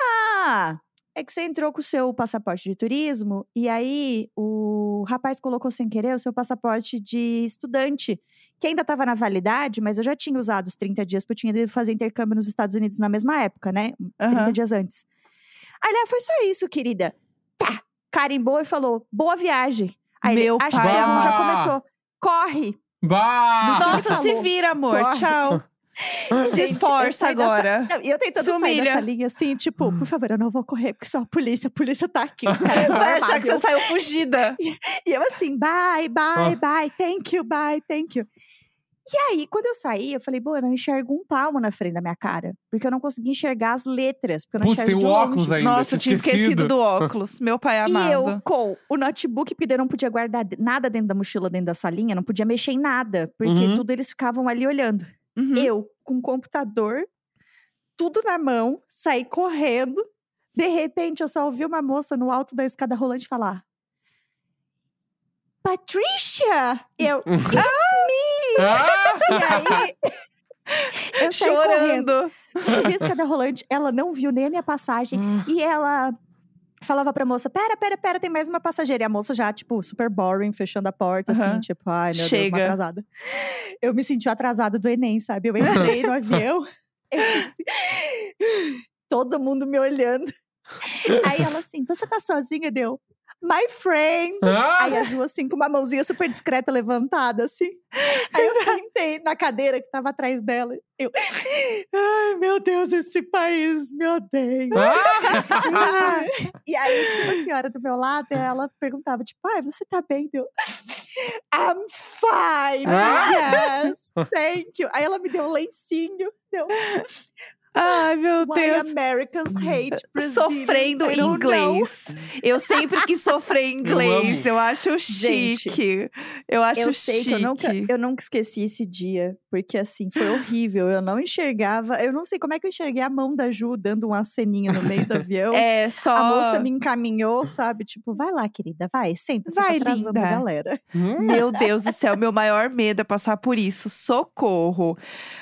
C: ah, é que você entrou com o seu passaporte de turismo e aí o rapaz colocou sem querer o seu passaporte de estudante, que ainda estava na validade, mas eu já tinha usado os 30 dias, porque eu tinha ido fazer intercâmbio nos Estados Unidos na mesma época, né? 30
A: Aham.
C: dias antes. Aí ele, ah, foi só isso, querida. Tá. Carimbou e falou, boa viagem. Aí
A: Meu
C: ele, acho que
A: pai
C: seu voo já
B: amado."
C: começou. Corre!
B: Bah.
A: Nossa,
C: Falou.
A: se vira, amor.
C: Corre.
A: [laughs] Tchau. Se
C: Gente, eu
A: esforça
C: saí dessa-
A: agora.
C: Não, E eu tentando
A: Se
C: sair
A: humilha. Hum.
C: dessa linha, assim, tipo, por favor, eu não vou correr, porque só a polícia, a polícia tá
A: [laughs]
C: aqui. Os caras
A: [laughs]
C: tão
A: Vai achar que você Ah.
C: armados.
A: saiu fugida.
C: E eu assim, bye, bye, bye, thank you, bye, thank you. E aí, quando eu saí, eu falei, bom, eu não enxergo um palmo na frente da minha cara. Porque eu não consegui enxergar as letras. Porque eu não
B: Putz, tem
A: um
C: enxergo
B: o
C: de longe.
B: óculos ainda.
A: Nossa, eu tinha esquecido do óculos. Meu pai amado.
C: E eu com o notebook, porque daí eu não podia guardar de- nada dentro da mochila, dentro da salinha, não podia mexer em nada, porque
B: Uhum.
C: tudo eles ficavam ali olhando.
A: Uhum.
C: Eu com computador, tudo na mão, saí correndo. De repente, eu só ouvi uma moça no alto da escada rolante falar: Patrícia! Eu,
B: Ah!
C: e
A: [laughs]
C: aí. [laughs] Eu saí correndo.
A: Chorando. [laughs]
C: Subi a escada rolante, ela não viu nem a minha passagem.
A: Ah.
C: E ela falava pra moça: pera, pera, pera, tem mais uma passageira. E a moça já, tipo, super boring, fechando a porta, assim,
A: Aham.
C: tipo, ai meu Deus,
A: Chega.
C: uma atrasada. Eu me senti atrasada do Enem, sabe? Eu entrei
A: [laughs]
C: no avião, [laughs] eu fiz assim, todo mundo me olhando. Aí ela assim: você tá sozinha? Deu, my friend.
B: Ah!
C: Aí a Ju, assim, com uma mãozinha super discreta levantada, assim. Aí eu sentei na cadeira que tava atrás dela. Eu, ai, meu Deus, esse país me odeia.
A: [laughs]
B: Ah!
C: e aí, tipo, a senhora do meu lado, ela perguntava, tipo, ai, você tá bem? Deu, I'm fine,
A: Ah!
C: yes, thank you. Aí ela me deu um lencinho. Deu,
A: Ai, meu
C: why
A: Deus.
C: Americans hate Brazilians,
A: Sofrendo
C: I
A: em
C: don't know."
A: inglês. Eu sempre quis sofrer em inglês.
B: amo.
A: Eu, acho
C: Gente,
A: chique. eu acho
C: eu sei
A: chique.
C: que eu nunca, eu nunca esqueci esse dia, porque assim, foi horrível. Eu não enxergava, eu não sei como é que eu enxerguei a mão da Ju dando um aceninho no meio do avião.
A: É, só.
C: A moça me encaminhou, sabe? Tipo, vai lá, querida, vai, senta, você
A: Vai,
C: tá atrasando
A: linda.
C: a galera.
B: Hum.
A: Meu Deus do céu, meu maior medo é passar por isso. Socorro.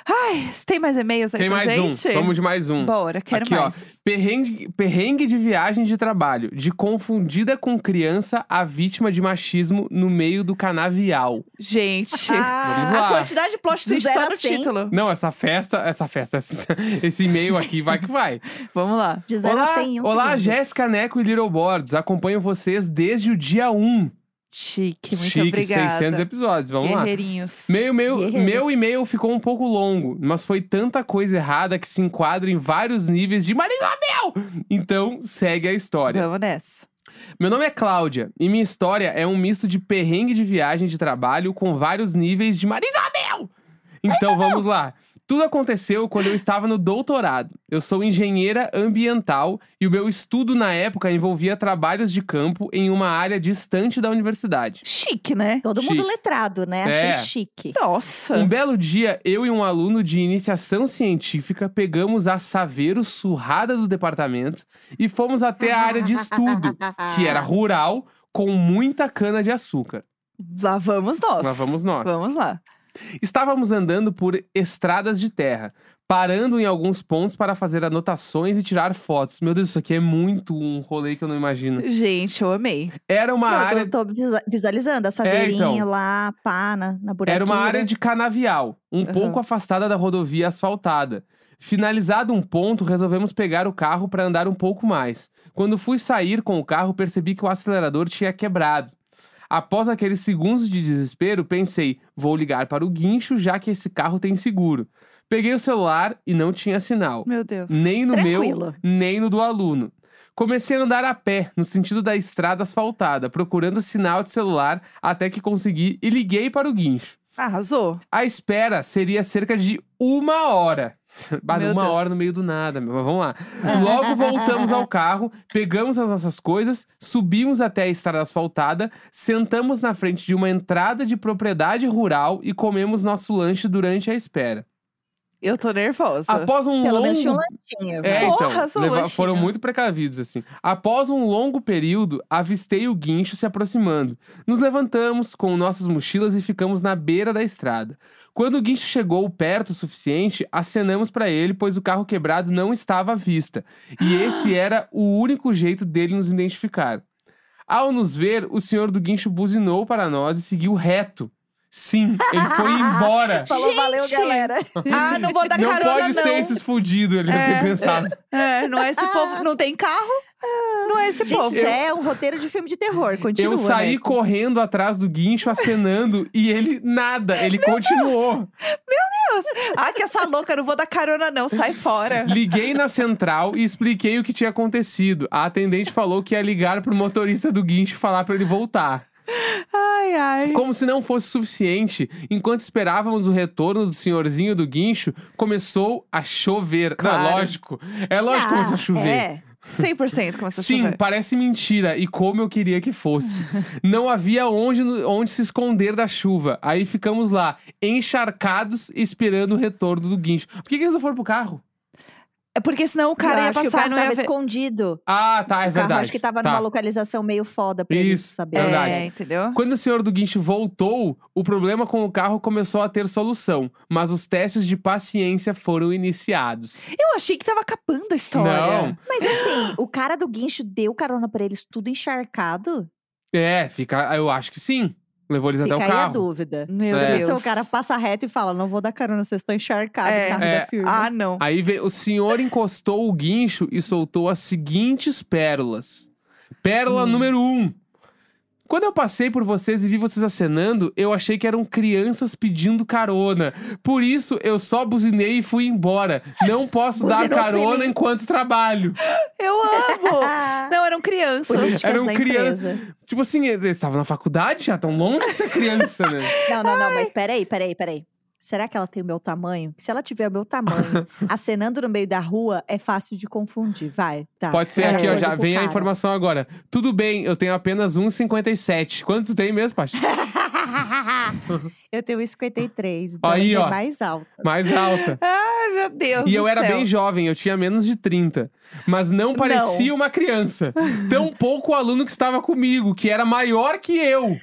A: Ai, tem mais e-mails aí
B: Tem
A: pra
B: mais
A: gente?
B: um. Vamos de mais um.
A: Bora, quero
B: Aqui, ó.
A: mais.
B: Perrengue, perrengue de viagem de trabalho, de confundida com criança a vítima de machismo no meio do canavial.
A: Gente.
B: [laughs] Vamos
A: A
B: lá.
A: quantidade de plot
C: Ah, Do
A: twist
C: zero
A: só
C: a
A: no
C: cem.
A: título.
B: Não, essa festa, essa festa, esse- [laughs] esse e-mail aqui vai que vai.
A: Vamos lá.
C: de [laughs] zero
B: Olá,
C: a 100 em um
B: olá
C: segundo.
B: Jéssica Neco e Little Boards. Acompanho vocês desde o dia 1.
A: Chique, muito
B: Chique,
A: obrigada.
B: 600 episódios, vamos lá.
A: Guerreirinhos.
B: Meu, meu,
C: Guerreiro.
B: meu e-mail ficou um pouco longo, mas foi tanta coisa errada que se enquadra em vários níveis de Marisabel! Então, segue a história.
A: Vamos nessa.
B: Meu nome é Cláudia e minha história é um misto de perrengue de viagem de trabalho com vários níveis de Marisabel. Então vamos lá. Tudo aconteceu quando eu estava no doutorado. Eu sou engenheira ambiental e o meu estudo na época envolvia trabalhos de campo em uma área distante da universidade.
A: Chique, né?
C: Todo mundo
B: Chique.
C: letrado, né?
B: É.
C: Achei chique.
A: Nossa.
B: Um belo dia, eu e um aluno de iniciação científica pegamos a Saveiro surrada do departamento e fomos até a área de estudo, que era rural, com muita cana de açúcar.
A: Lá vamos nós.
B: Lá vamos nós.
A: Vamos lá.
B: Estávamos andando por estradas de terra, parando em alguns pontos para fazer anotações e tirar fotos. Meu Deus, isso aqui é muito um rolê que eu não imagino.
A: Gente, eu amei.
B: Era uma
C: Não, então eu tô-
B: área
C: tô, visu- visualizando essa saveirinha
B: então.
C: lá, pá, na, na buraqueira.
B: Era uma área de canavial, um
A: né? Aham.
B: pouco afastada da rodovia asfaltada. Finalizado um ponto, resolvemos pegar o carro para andar um pouco mais. Quando fui sair com o carro, percebi que o acelerador tinha quebrado. Após aqueles segundos de desespero, pensei: vou ligar para o guincho, já que esse carro tem seguro. Peguei o celular e não tinha sinal,
A: Meu Deus.
B: nem no meu,
C: Tranquilo.
B: nem no do aluno. Comecei a andar a pé, no sentido da estrada asfaltada, procurando sinal de celular até que consegui e liguei para o guincho.
A: Arrasou.
B: A espera seria cerca de uma hora. [laughs] Bah,
A: Meu
B: uma
A: Deus.
B: hora no meio do nada, meu, mas vamos lá. Logo voltamos ao carro, pegamos as nossas coisas, subimos até a estrada asfaltada, sentamos na frente de uma entrada de propriedade rural e comemos nosso lanche durante a espera.
A: Eu tô nervosa.
B: Após um
C: Pelo
B: longo
C: menos tinha um lanchinho.
B: é,
C: vai.
A: Porra,
B: então,
A: sou
B: leva-
A: lanchinho.
B: foram muito precavidos, assim. Após um longo período, avistei o guincho se aproximando. Nos levantamos com nossas mochilas e ficamos na beira da estrada. Quando o guincho chegou perto o suficiente, acenamos para ele, pois o carro quebrado não estava à vista.
A: [gasps]
B: E esse era o único jeito dele nos identificar. Ao nos ver, o senhor do guincho buzinou para nós e seguiu reto. Sim, ele
A: [laughs]
B: foi embora.
C: Falou, valeu,
A: Gente!
B: [laughs]
C: galera.
A: Ah, não vou dar
B: não
A: carona,
B: pode
A: não.
B: ser esses fudidos, ele deve
A: É.
B: ter pensado.
A: É, não é esse povo. Não tem carro? Não é esse
C: Ah. Gente,
A: povo.
C: isso é um roteiro de filme de terror. Continua,
B: Eu saí
C: né?
B: correndo atrás do guincho, acenando, e ele nada,
C: [laughs]
B: ele continuou.
A: Ah, que essa louca, não vou dar carona, não. Sai fora.
B: Liguei na central e expliquei o que tinha acontecido. A atendente falou que ia ligar pro motorista do guincho e falar pra ele voltar.
A: Ai, ai.
B: Como se não fosse suficiente, enquanto esperávamos o retorno do senhorzinho do guincho, começou a chover. Não,
A: Claro.
B: é lógico. É lógico que começou a chover.
C: É.
A: 100% começou a
B: Sim,
A: chover.
B: parece mentira e como eu queria que
C: [laughs]
B: fosse. Não havia onde, onde se esconder da chuva. Aí ficamos lá, encharcados, esperando o retorno do guincho. Por que, que eles não foram pro carro?
A: É porque senão o cara
C: eu
A: ia
C: acho que o
A: passar e
C: cara
A: não
C: tava
A: ia ver.
C: escondido.
B: Ah, tá, é
C: o carro
B: verdade.
C: acho que tava
B: tá.
C: numa localização meio foda pra eles
B: Isso,
C: saber.
B: verdade.
A: É, entendeu?
B: Quando o senhor do guincho voltou, o problema com o carro começou a ter solução, mas os testes de paciência foram iniciados.
A: Eu achei que tava acabando a história.
B: Não,
C: Mas assim, o cara do guincho deu carona pra eles tudo encharcado.
B: é, fica, eu acho que sim. Levou eles
C: Fica
B: até o
C: aí a
B: carro.
C: dúvida.
A: Meu
B: É.
A: Deus.
C: Se o cara passa reto e fala, não vou dar carona, vocês estão encharcados,
A: É.
C: o carro
B: É.
C: da firma.
A: Ah, não.
B: Aí vem, o senhor encostou o guincho e soltou as seguintes pérolas. Pérola
A: Hum.
B: número um. Quando eu passei por vocês e vi vocês acenando, eu achei que eram crianças pedindo carona. Por isso, eu só buzinei e fui embora. Não posso dar
C: Buzinou
B: carona
C: feliz.
B: enquanto trabalho.
A: Eu amo! não, eram crianças.
C: Ah, Políticas
B: Era um
C: da
B: criança-
C: empresa.
B: Tipo assim, eles estavam na faculdade já, tão longe essa criança, né?
C: [laughs] Não, não, não, mas peraí, peraí, peraí. Será que ela tem o meu tamanho? Se ela tiver o meu [laughs] tamanho, acenando no meio da rua, é fácil de confundir. Vai, tá.
B: Pode ser
A: É,
B: aqui, ó,
A: olho
B: já
C: pro
B: vem a
C: cara.
B: informação agora. Tudo bem, eu tenho apenas 1,57. Quanto tu tem mesmo,
C: [laughs]
B: Paty?
C: eu tenho 1,53, então
B: Aí,
C: eu tô
B: ó.
C: mais alta.
B: Mais alta.
A: Ai, meu Deus.
B: E
A: do
B: eu era
A: céu.
B: bem jovem, eu tinha menos de 30. Mas não parecia uma criança. Tão pouco o aluno que estava comigo, que era maior que eu.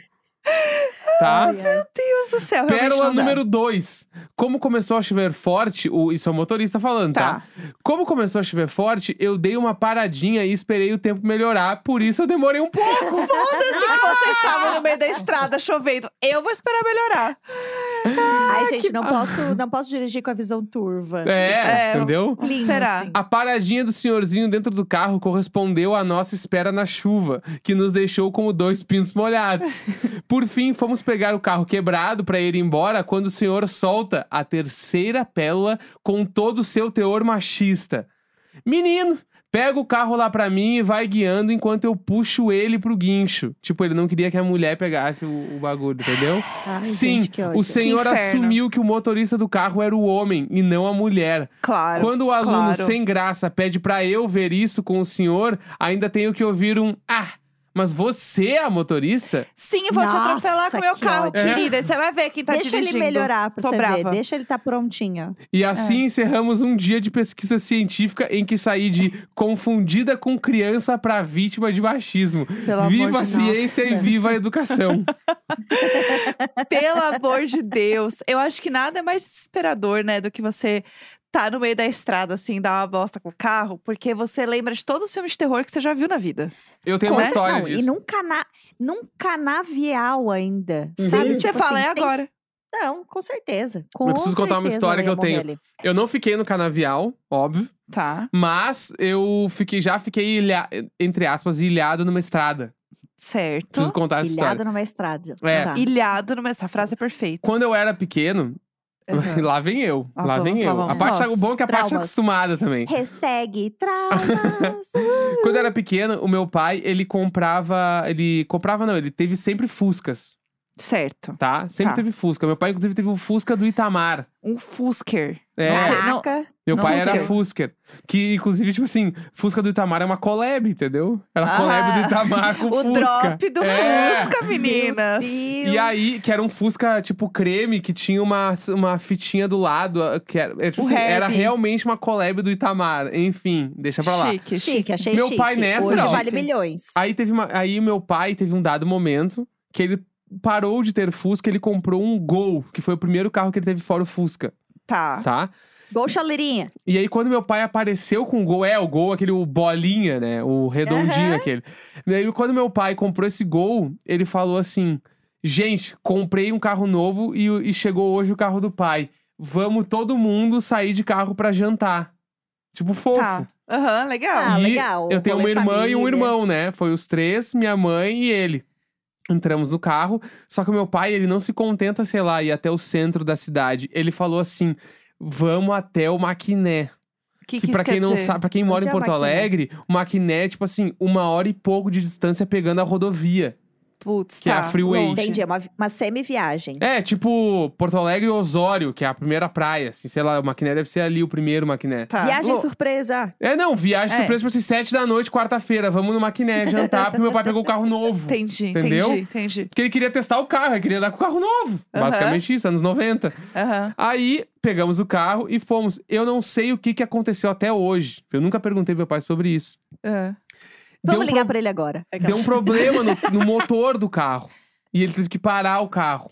B: Tá?
C: Olha,
A: Meu Deus do céu. realmente
B: Pérola
A: não dá.
B: número 2. Como começou a chover forte, o, isso é o motorista falando, tá.
A: Tá.
B: Como começou a chover forte, eu dei uma paradinha e esperei o tempo melhorar, por isso eu demorei um pouco.
A: Foda-se que
C: [laughs]
A: você
C: Ah,
A: estava no meio da estrada chovendo. Eu vou esperar melhorar.
C: Ai, gente,
B: [laughs]
C: não posso, não posso dirigir com a visão turva.
B: é,
A: É,
B: entendeu?
A: Vamos
C: Lindo,
A: esperar.
C: assim.
B: A paradinha do senhorzinho dentro do carro correspondeu à nossa espera na chuva, que nos deixou como dois pinos molhados. Por fim, fomos pegar o carro quebrado para ir embora quando o senhor solta a terceira pérola com todo o seu teor machista. Menino, pega o carro lá pra mim e vai guiando enquanto eu puxo ele pro guincho. Tipo, ele não queria que a mulher pegasse o- o bagulho, entendeu?
C: Ai,
B: Sim,
C: gente, que ódio.
B: o senhor
A: Que inferno.
B: assumiu que o motorista do carro era o homem e não a mulher.
A: Claro.
B: Quando o aluno
A: claro.
B: sem graça pede pra eu ver isso com o senhor, ainda tenho que ouvir um ah, mas você é a motorista?
A: Sim, eu vou te
C: Nossa,
A: atropelar com o meu
C: que
A: carro,
C: ódio.
A: querida. E Você vai ver quem tá
C: Deixa
A: dirigindo.
C: ele melhorar pra
A: Tô
C: você
A: brava.
C: ver. Deixa ele tá prontinho.
B: E assim encerramos um dia de pesquisa científica em que saí de confundida com criança pra vítima de machismo.
A: Pelo amor
B: viva
A: de
B: a ciência e
C: Nossa.
B: viva a educação.
A: Pelo amor de Deus. Eu acho que nada é mais desesperador, né, do que você tá no meio da estrada, assim, dar uma bosta com o carro, porque você lembra de todos os filmes de terror que você já viu na vida.
B: Eu tenho uma
A: Né?
B: história
C: é? não,
B: disso.
C: E num, cana... num canavial ainda.
B: Uhum.
C: Sabe?
A: Sim,
C: Tipo
A: você
C: assim,
A: fala, é
C: tem-
A: agora.
C: Não, com certeza. Com
B: Eu preciso contar uma
C: certeza
B: história
C: ela
B: que
C: ia
B: eu tenho.
C: morrer ali.
B: Eu não fiquei no canavial, óbvio,
A: Tá,
B: mas eu fiquei já fiquei ilha- entre aspas ilhado numa estrada.
A: certo. Ah.
B: Preciso contar essa história.
C: Ilhado numa estrada. Tá.
B: É.
C: Não dá.
A: Ilhado numa... Essa frase é
B: [laughs]
A: perfeita.
B: Quando eu era pequeno,
A: Aham.
B: [laughs] Lá vem eu.
A: Ah,
B: lá
A: vamos,
B: vem
A: lá
B: eu.
A: vamos.
B: a parte tá, o
C: Nossa,
B: bom é que a parte tá
C: traumas.
B: acostumada também.
C: [laughs] Hashtag traumas.
B: Quando eu era pequeno, o meu pai, ele comprava. Ele comprava, não, ele teve sempre Fuscas,
A: Certo.
B: tá? Sempre
A: Tá.
B: teve Fusca. Meu pai, inclusive, teve um Fusca do Itamar.
A: Um Fusker.
B: [laughs] É,
A: Nossa,
C: Caraca.
B: meu
A: não
B: pai
A: sei.
B: era Fusca. Que, inclusive, tipo assim, Fusca do Itamar é uma collab, entendeu? Era
A: Ah,
B: collab do Itamar com
A: [laughs] O
B: Um Fusca.
A: drop do
B: É.
A: Fusca,
C: Meu
A: meninas.
C: Deus.
B: E aí, que era um Fusca, tipo, creme, que tinha uma, uma fitinha do lado. ah, Que era, é, tipo
A: O
B: assim, era
A: Herbie.
B: realmente uma collab do Itamar. Enfim, deixa Então, pra lá.
A: Chique, chique.
C: Chique, achei
B: Meu
C: chique.
B: pai nessa,
C: Hoje
A: não.
C: vale milhões.
B: Aí teve uma, aí meu pai teve um dado momento que ele parou de ter Fusca, ele comprou um Gol, que foi o primeiro carro que ele teve fora o Fusca,
A: Tá.
B: tá?
C: Gol chaleirinha.
B: E aí quando meu pai apareceu com o Gol, é o Gol, aquele o bolinha, né, o redondinho
C: Aham.
B: aquele. E aí quando meu pai comprou esse Gol, ele falou assim: "Gente, comprei um carro novo e, o- e chegou hoje o carro do pai. Vamos todo mundo sair de carro pra jantar." Tipo fofo.
A: Tá. Aham, legal.
C: Ah,
B: E
C: legal.
B: Eu tenho uma
C: Rolê
B: irmã e um
C: família.
B: irmão, né? Foi os três, minha mãe e ele. Entramos no carro, só que o meu pai, ele não se contenta, sei lá, ir até o centro da cidade. Ele falou assim: "Vamos até o Maquiné".
A: O que,
B: Que,
A: que
B: pra
A: isso
B: quem
A: quer
B: não
A: dizer?
B: sabe, para quem mora
C: Onde
B: em
C: é
B: Porto
C: Maquiné?
B: Alegre, o Maquiné é tipo assim, uma hora e pouco de distância pegando a rodovia,
A: Putz,
B: que é
A: tá.
B: a freeway.
A: longe.
C: Entendi, é uma, uma semi-viagem.
B: É, tipo Porto Alegre e Osório, que é a primeira praia, assim, sei lá, o Maquiné deve ser ali o primeiro Maquiné.
A: Tá.
C: Viagem
A: Lo-
C: surpresa.
B: É, não, viagem
A: É.
B: surpresa, tipo assim, sete da noite, quarta-feira, vamos no Maquiné jantar, porque meu pai pegou o carro novo.
A: Entendi,
B: Entendeu?
A: entendi, entendi.
B: Porque ele queria testar o carro, ele queria dar com o carro novo.
A: Aham.
B: Basicamente isso, anos 90.
A: Aham.
B: Aí pegamos o carro e fomos. Eu não sei o que, que aconteceu até hoje. Eu nunca perguntei pro meu pai sobre isso.
A: Ah.
C: Vamos
B: Deu um
C: ligar pra ele então. agora.
B: Deu um problema
C: [laughs]
B: no, no motor do carro. E ele teve que parar o carro.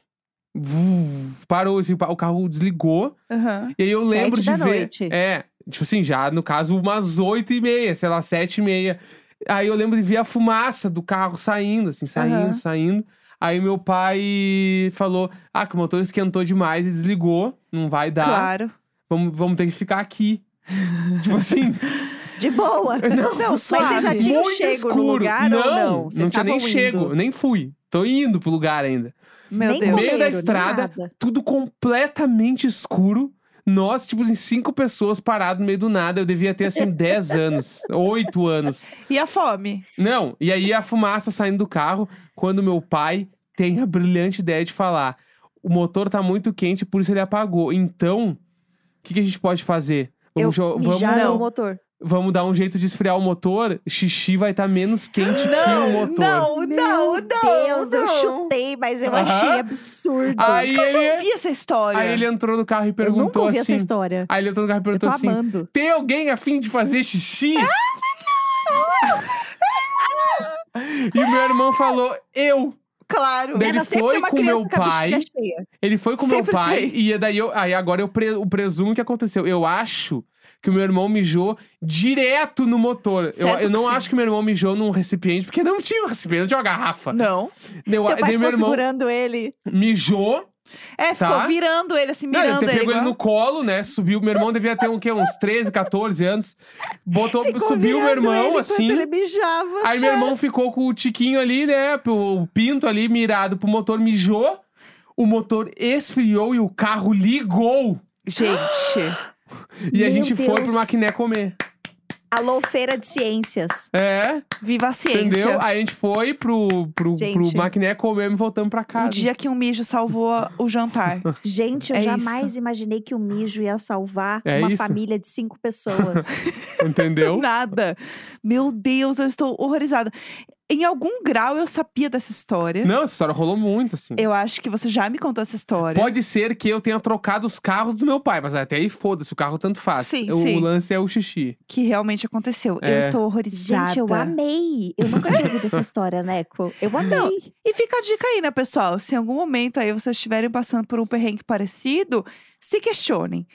B: Vuf, Parou, assim, o carro desligou.
A: Aham.
B: E aí eu
C: Sete
B: lembro de
C: da
B: ver.
C: noite.
B: É, tipo assim, já no caso, umas oito e meia, sei lá, sete e meia. Aí eu lembro de ver a fumaça do carro saindo, assim, saindo,
A: Aham.
B: saindo. Aí meu pai falou: Ah, que o motor esquentou demais e desligou. Não vai dar.
A: Claro.
B: Vamos, vamos ter que ficar
C: [laughs]
B: aqui. tipo assim, [laughs]
C: De boa.
B: [laughs] Não,
C: mas vocês já
A: suave.
C: tinham
B: muito
C: chego
B: escuro.
C: no lugar
B: não,
C: ou não? Vocês
B: tinha nem
C: estavam
B: chego,
C: indo.
B: nem fui. Tô indo pro lugar ainda.
A: Meu
C: nem
A: Deus.
B: Meio
C: comeram,
B: da
C: nem
B: estrada.
C: nada.
B: Tudo completamente escuro. Nós, tipo, em cinco pessoas paradas no meio do nada. Eu devia ter, assim, 10 anos, 8 anos.
A: E a fome?
B: Não, e aí a fumaça saindo do carro, quando meu pai tem a brilhante ideia de falar: o motor tá muito quente, por isso ele apagou. Então, o que, que a gente pode fazer?
A: Eu
B: jo-
C: Mijaram
A: não.
C: o motor.
B: vamos dar um jeito de esfriar o motor, xixi vai estar menos quente que o um motor.
A: não, não, não.
C: Meu Deus, eu
A: não.
C: chutei, mas eu
B: Aham.
C: achei absurdo.
B: Aí
A: Eu já
B: ele,
A: ouvi essa história.
B: aí ele entrou no carro e
C: eu nunca
B: perguntou
C: ouvi essa
B: assim.
C: história.
B: Aí ele entrou no carro e
C: Eu tô
B: perguntou assim:
C: amando.
B: Tem alguém afim de fazer xixi?
A: Ah,
B: e o meu irmão falou: Eu.
A: Claro.
B: Daí ele
C: Era sempre
B: foi
C: uma
B: com
C: criança
B: meu
C: com a bexiga
B: pai.
C: cheia.
B: Ele foi com meu
A: Sempre
B: pai
A: tem.
B: e daí eu, aí agora eu pre- o presumo que aconteceu. Eu acho que o meu irmão mijou direto no motor. Eu,
A: Certo
B: eu
A: que
B: não
A: sim.
B: acho que meu irmão mijou num recipiente, porque não tinha um recipiente, não tinha uma garrafa.
A: Não.
B: Deu,
C: Teu pai
B: daí meu irmão
C: ficou segurando ele.
B: mijou,
A: É, ficou
B: Tá.
A: virando ele, assim,
B: Não, ele
A: mirando
B: te-
A: ele.
B: pegou ele
A: igual-
B: no colo, né? Subiu. Meu irmão devia ter um, quê? uns 13, 14 anos. Botou,
C: Ficou
B: subiu meu
C: virando ele
B: irmão,
C: enquanto
B: assim.
C: Ele mijava.
B: Aí meu irmão ficou com o tiquinho ali, né? O o pinto ali mirado pro motor, mijou. O motor esfriou e o carro ligou.
A: Gente.
B: E a
C: Meu
B: gente foi
C: Deus.
B: pro maquiné comer.
C: Alô, feira de ciências.
B: É,
A: Viva a ciência. Um
B: entendeu? Aí a gente foi pro, pro, pro
C: Gente.
B: maquiné comer e voltamos pra casa.
A: O dia [laughs] que um mijo salvou o
B: [laughs]
A: jantar.
C: Gente, eu
A: É
C: jamais imaginei que o mijo ia salvar
B: É
C: uma
B: isso.
C: família de cinco
B: [laughs]
C: pessoas.
A: Do [laughs]
B: Entendeu?
A: nada. Meu Deus, eu estou horrorizada. Em algum grau eu sabia dessa história.
B: Não, essa história rolou muito, assim.
A: Eu acho que você já me contou essa história.
B: Pode ser que eu tenha trocado os carros do meu pai, mas até aí foda-se, o carro tanto faz.
A: Sim,
B: o,
A: sim.
B: o lance é o xixi.
A: Que realmente aconteceu.
B: É.
A: Eu estou horrorizada.
C: Gente, eu amei. Eu nunca tinha ouvido essa história, Neco. Eu amei.
A: E fica a dica aí, né, pessoal? Se em algum momento aí vocês estiverem passando por um perrengue parecido, se questionem.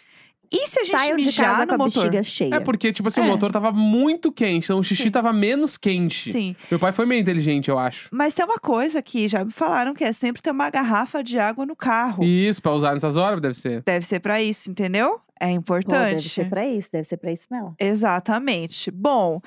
A: E se a gente
C: Saiam de
A: mijar
C: casa
A: no
C: com a
A: motor?
C: bexiga cheia.
B: É porque, tipo assim,
A: É.
B: o motor tava muito quente, então o xixi tava menos quente.
A: Sim.
B: Meu pai foi meio inteligente, eu acho.
A: Mas tem uma coisa que já me falaram que é sempre ter uma garrafa de água no carro.
B: Isso, pra usar nessas horas, deve ser.
A: Deve ser pra isso, entendeu? É
C: Pô, deve
A: importante.
C: ser pra isso, deve ser pra isso mesmo.
A: Exatamente. Bom,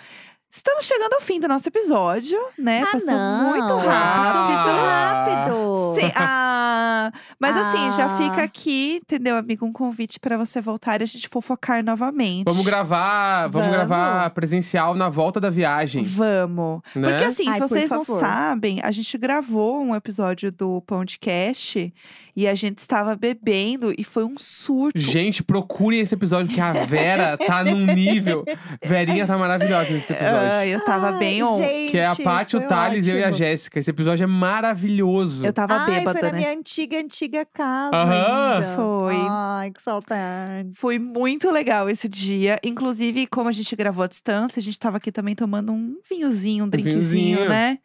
A: estamos chegando ao fim do nosso episódio, né?
C: Ah,
A: Passou
C: não. Ah.
A: muito
C: Passou muito
A: rápido.
C: rápido.
B: [laughs]
A: Sim, ah, mas assim, já
C: Ah.
A: fica aqui, entendeu, amigo? Um convite pra você voltar e a gente fofocar novamente.
B: Vamos gravar, vamos,
C: Vamos.
B: gravar presencial na volta da viagem,
A: Vamos.
B: né?
A: Porque assim,
C: Ai,
A: se
C: por
A: vocês não
C: favor.
A: sabem, a gente gravou um episódio do podcast e a gente estava bebendo e foi um surto.
B: Gente, procurem esse episódio, porque a Vera tá num nível. Verinha tá maravilhosa nesse episódio.
A: Ah, eu tava
C: Ai,
A: bem on.
C: gente,
B: que é a Paty, o
C: foi
B: Thales, eu e a
C: ótimo.
B: Jéssica. Esse episódio é maravilhoso.
A: Eu tava
C: Ai,
A: bêbada,
C: foi na
A: né?
C: minha antiga, antiga casa
B: Aham.
C: ainda.
A: Foi.
C: Ai, que saudade.
A: Foi muito legal esse dia. Inclusive, como a gente gravou à distância, a gente tava aqui também tomando um vinhozinho, um drinkzinho,
B: vinhozinho.
A: né?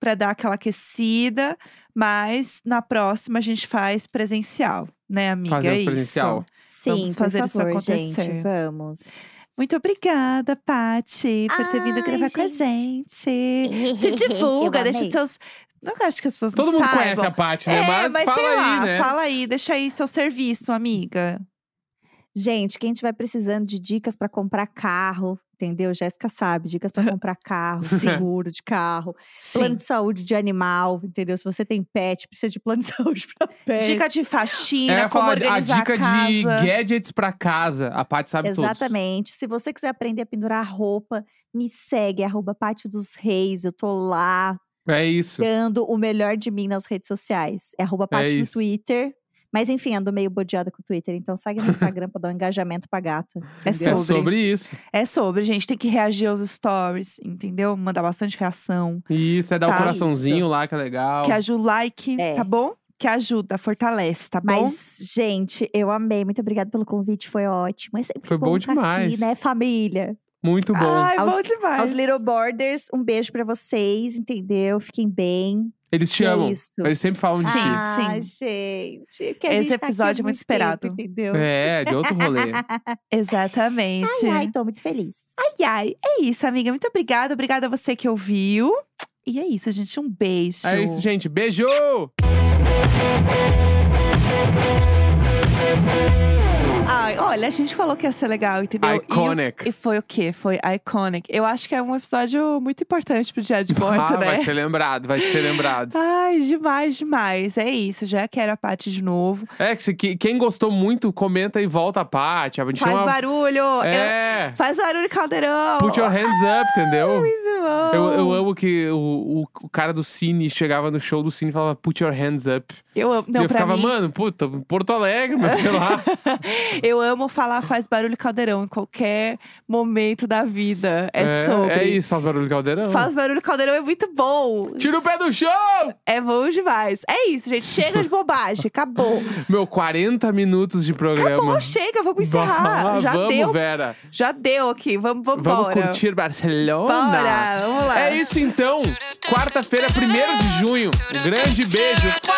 A: Pra dar aquela aquecida. Mas na próxima a gente faz presencial, né, amiga?
B: Fazendo
A: é isso.
B: presencial.
C: Sim,
A: Vamos
C: por
A: fazer isso
C: favor,
A: acontecer.
C: gente, vamos.
A: Muito obrigada, Pati, por ter vindo
C: Ai,
A: gravar com a gente.
C: [laughs]
A: [laughs] Se divulga, deixa seus. Não acho que as pessoas não
B: Todo mundo
A: saibam.
B: conhece a Paty, né?
A: É,
B: mas, fala
A: sei
B: aí,
A: lá,
B: né?
A: fala aí, deixa aí seu serviço, amiga.
C: Gente, quem tiver precisando de dicas para comprar carro, entendeu? Jéssica sabe, dicas para comprar carro,
B: Sim.
C: seguro de carro, plano
A: Sim.
C: de saúde de animal, entendeu? Se você tem pet, precisa de plano de [laughs] saúde para pet.
A: Dica de
B: É,
A: faxina,
B: eu ia
A: né? como
B: falar a
A: organizar
B: dica
A: a casa.
B: de gadgets pra casa. A Paty sabe todos.
C: Exatamente. Se você quiser aprender a pendurar roupa, me segue, arroba Pátio dos Reis. Eu tô lá
B: É isso.
C: dando o melhor de mim nas redes sociais. É arroba
B: É
C: Pátio no
B: isso.
C: Twitter. Mas enfim, ando meio bodeada com o Twitter, então segue no Instagram pra dar um engajamento pra gata.
A: É
C: entendeu?
B: É
A: sobre.
B: sobre isso.
A: É sobre, gente, tem que reagir aos stories, entendeu? Mandar bastante reação.
B: Isso, é dar o
A: Tá,
B: coraçãozinho lá, que é legal.
A: Que ajuda o like,
C: É.
A: tá bom? que ajuda, fortalece, tá bom?
C: Mas, gente, eu amei. Muito obrigada pelo convite, foi ótimo. É sempre
B: Foi bom
C: tá
B: demais.
C: aqui, né, família?
B: Muito bom.
A: Ai,
C: Aos-
A: bom demais.
C: Aos Little Borders, um beijo pra vocês, entendeu? Fiquem bem.
B: Eles te
C: é
B: amam.
C: isso.
B: Eles sempre falam de ti.
C: ah,
A: sim.
C: gente. que a
A: Esse
C: gente tá aqui há
A: episódio é muito esperado.
C: tempo, entendeu?
B: [laughs] É, de outro rolê.
A: Exatamente.
C: Ai, ai, tô muito feliz.
A: Ai, ai. É isso, amiga. Muito obrigada. Obrigada a você que ouviu. E é isso, gente. Um beijo.
B: É isso, gente. Beijo!
A: Ai, olha, a gente falou que ia ser legal, entendeu? E o-
B: Iconic.
A: E foi o quê? Foi iconic. Eu acho que é um episódio muito importante pro dia de
B: Ah,
A: bordo, né?
B: vai ser lembrado, vai
A: [laughs]
B: ser lembrado.
A: Ai, demais, demais. É isso, já quero a Paty de novo.
B: É, que se- que- quem gostou muito, comenta e volta a parte. A gente
A: Faz
B: chama-
A: barulho! eu-
B: É!
A: Faz barulho, caldeirão!
B: Put your hands up, entendeu?
A: Muito bom.
B: Eu, eu amo que o, o, o cara do Cine chegava no show do Cine e falava Put your hands up.
A: Eu amo. Não,
B: e eu
A: pra
B: ficava,
A: mim,
B: mano, puta, Porto Alegre, mas sei lá.
A: eu amo falar faz barulho, caldeirão em qualquer momento da vida. [laughs] É, sobre.
B: é isso, faz barulho caldeirão.
A: Faz barulho, caldeirão é muito bom.
B: Tira o pé do chão!
A: É bom demais. É isso, gente. Chega de bobagem.
B: [laughs]
A: Acabou.
B: Meu, 40 minutos de programa.
A: Acabou, chega. Vamos encerrar.
B: Bah,
A: Já
B: vamos,
A: deu.
B: Vera.
A: Já deu aqui. Vamos, vamos,
B: Vamos
A: embora.
B: curtir Barcelona.
A: Bora, vamos lá.
B: É isso então. Quarta-feira, 1 de junho. Um grande beijo. Fui!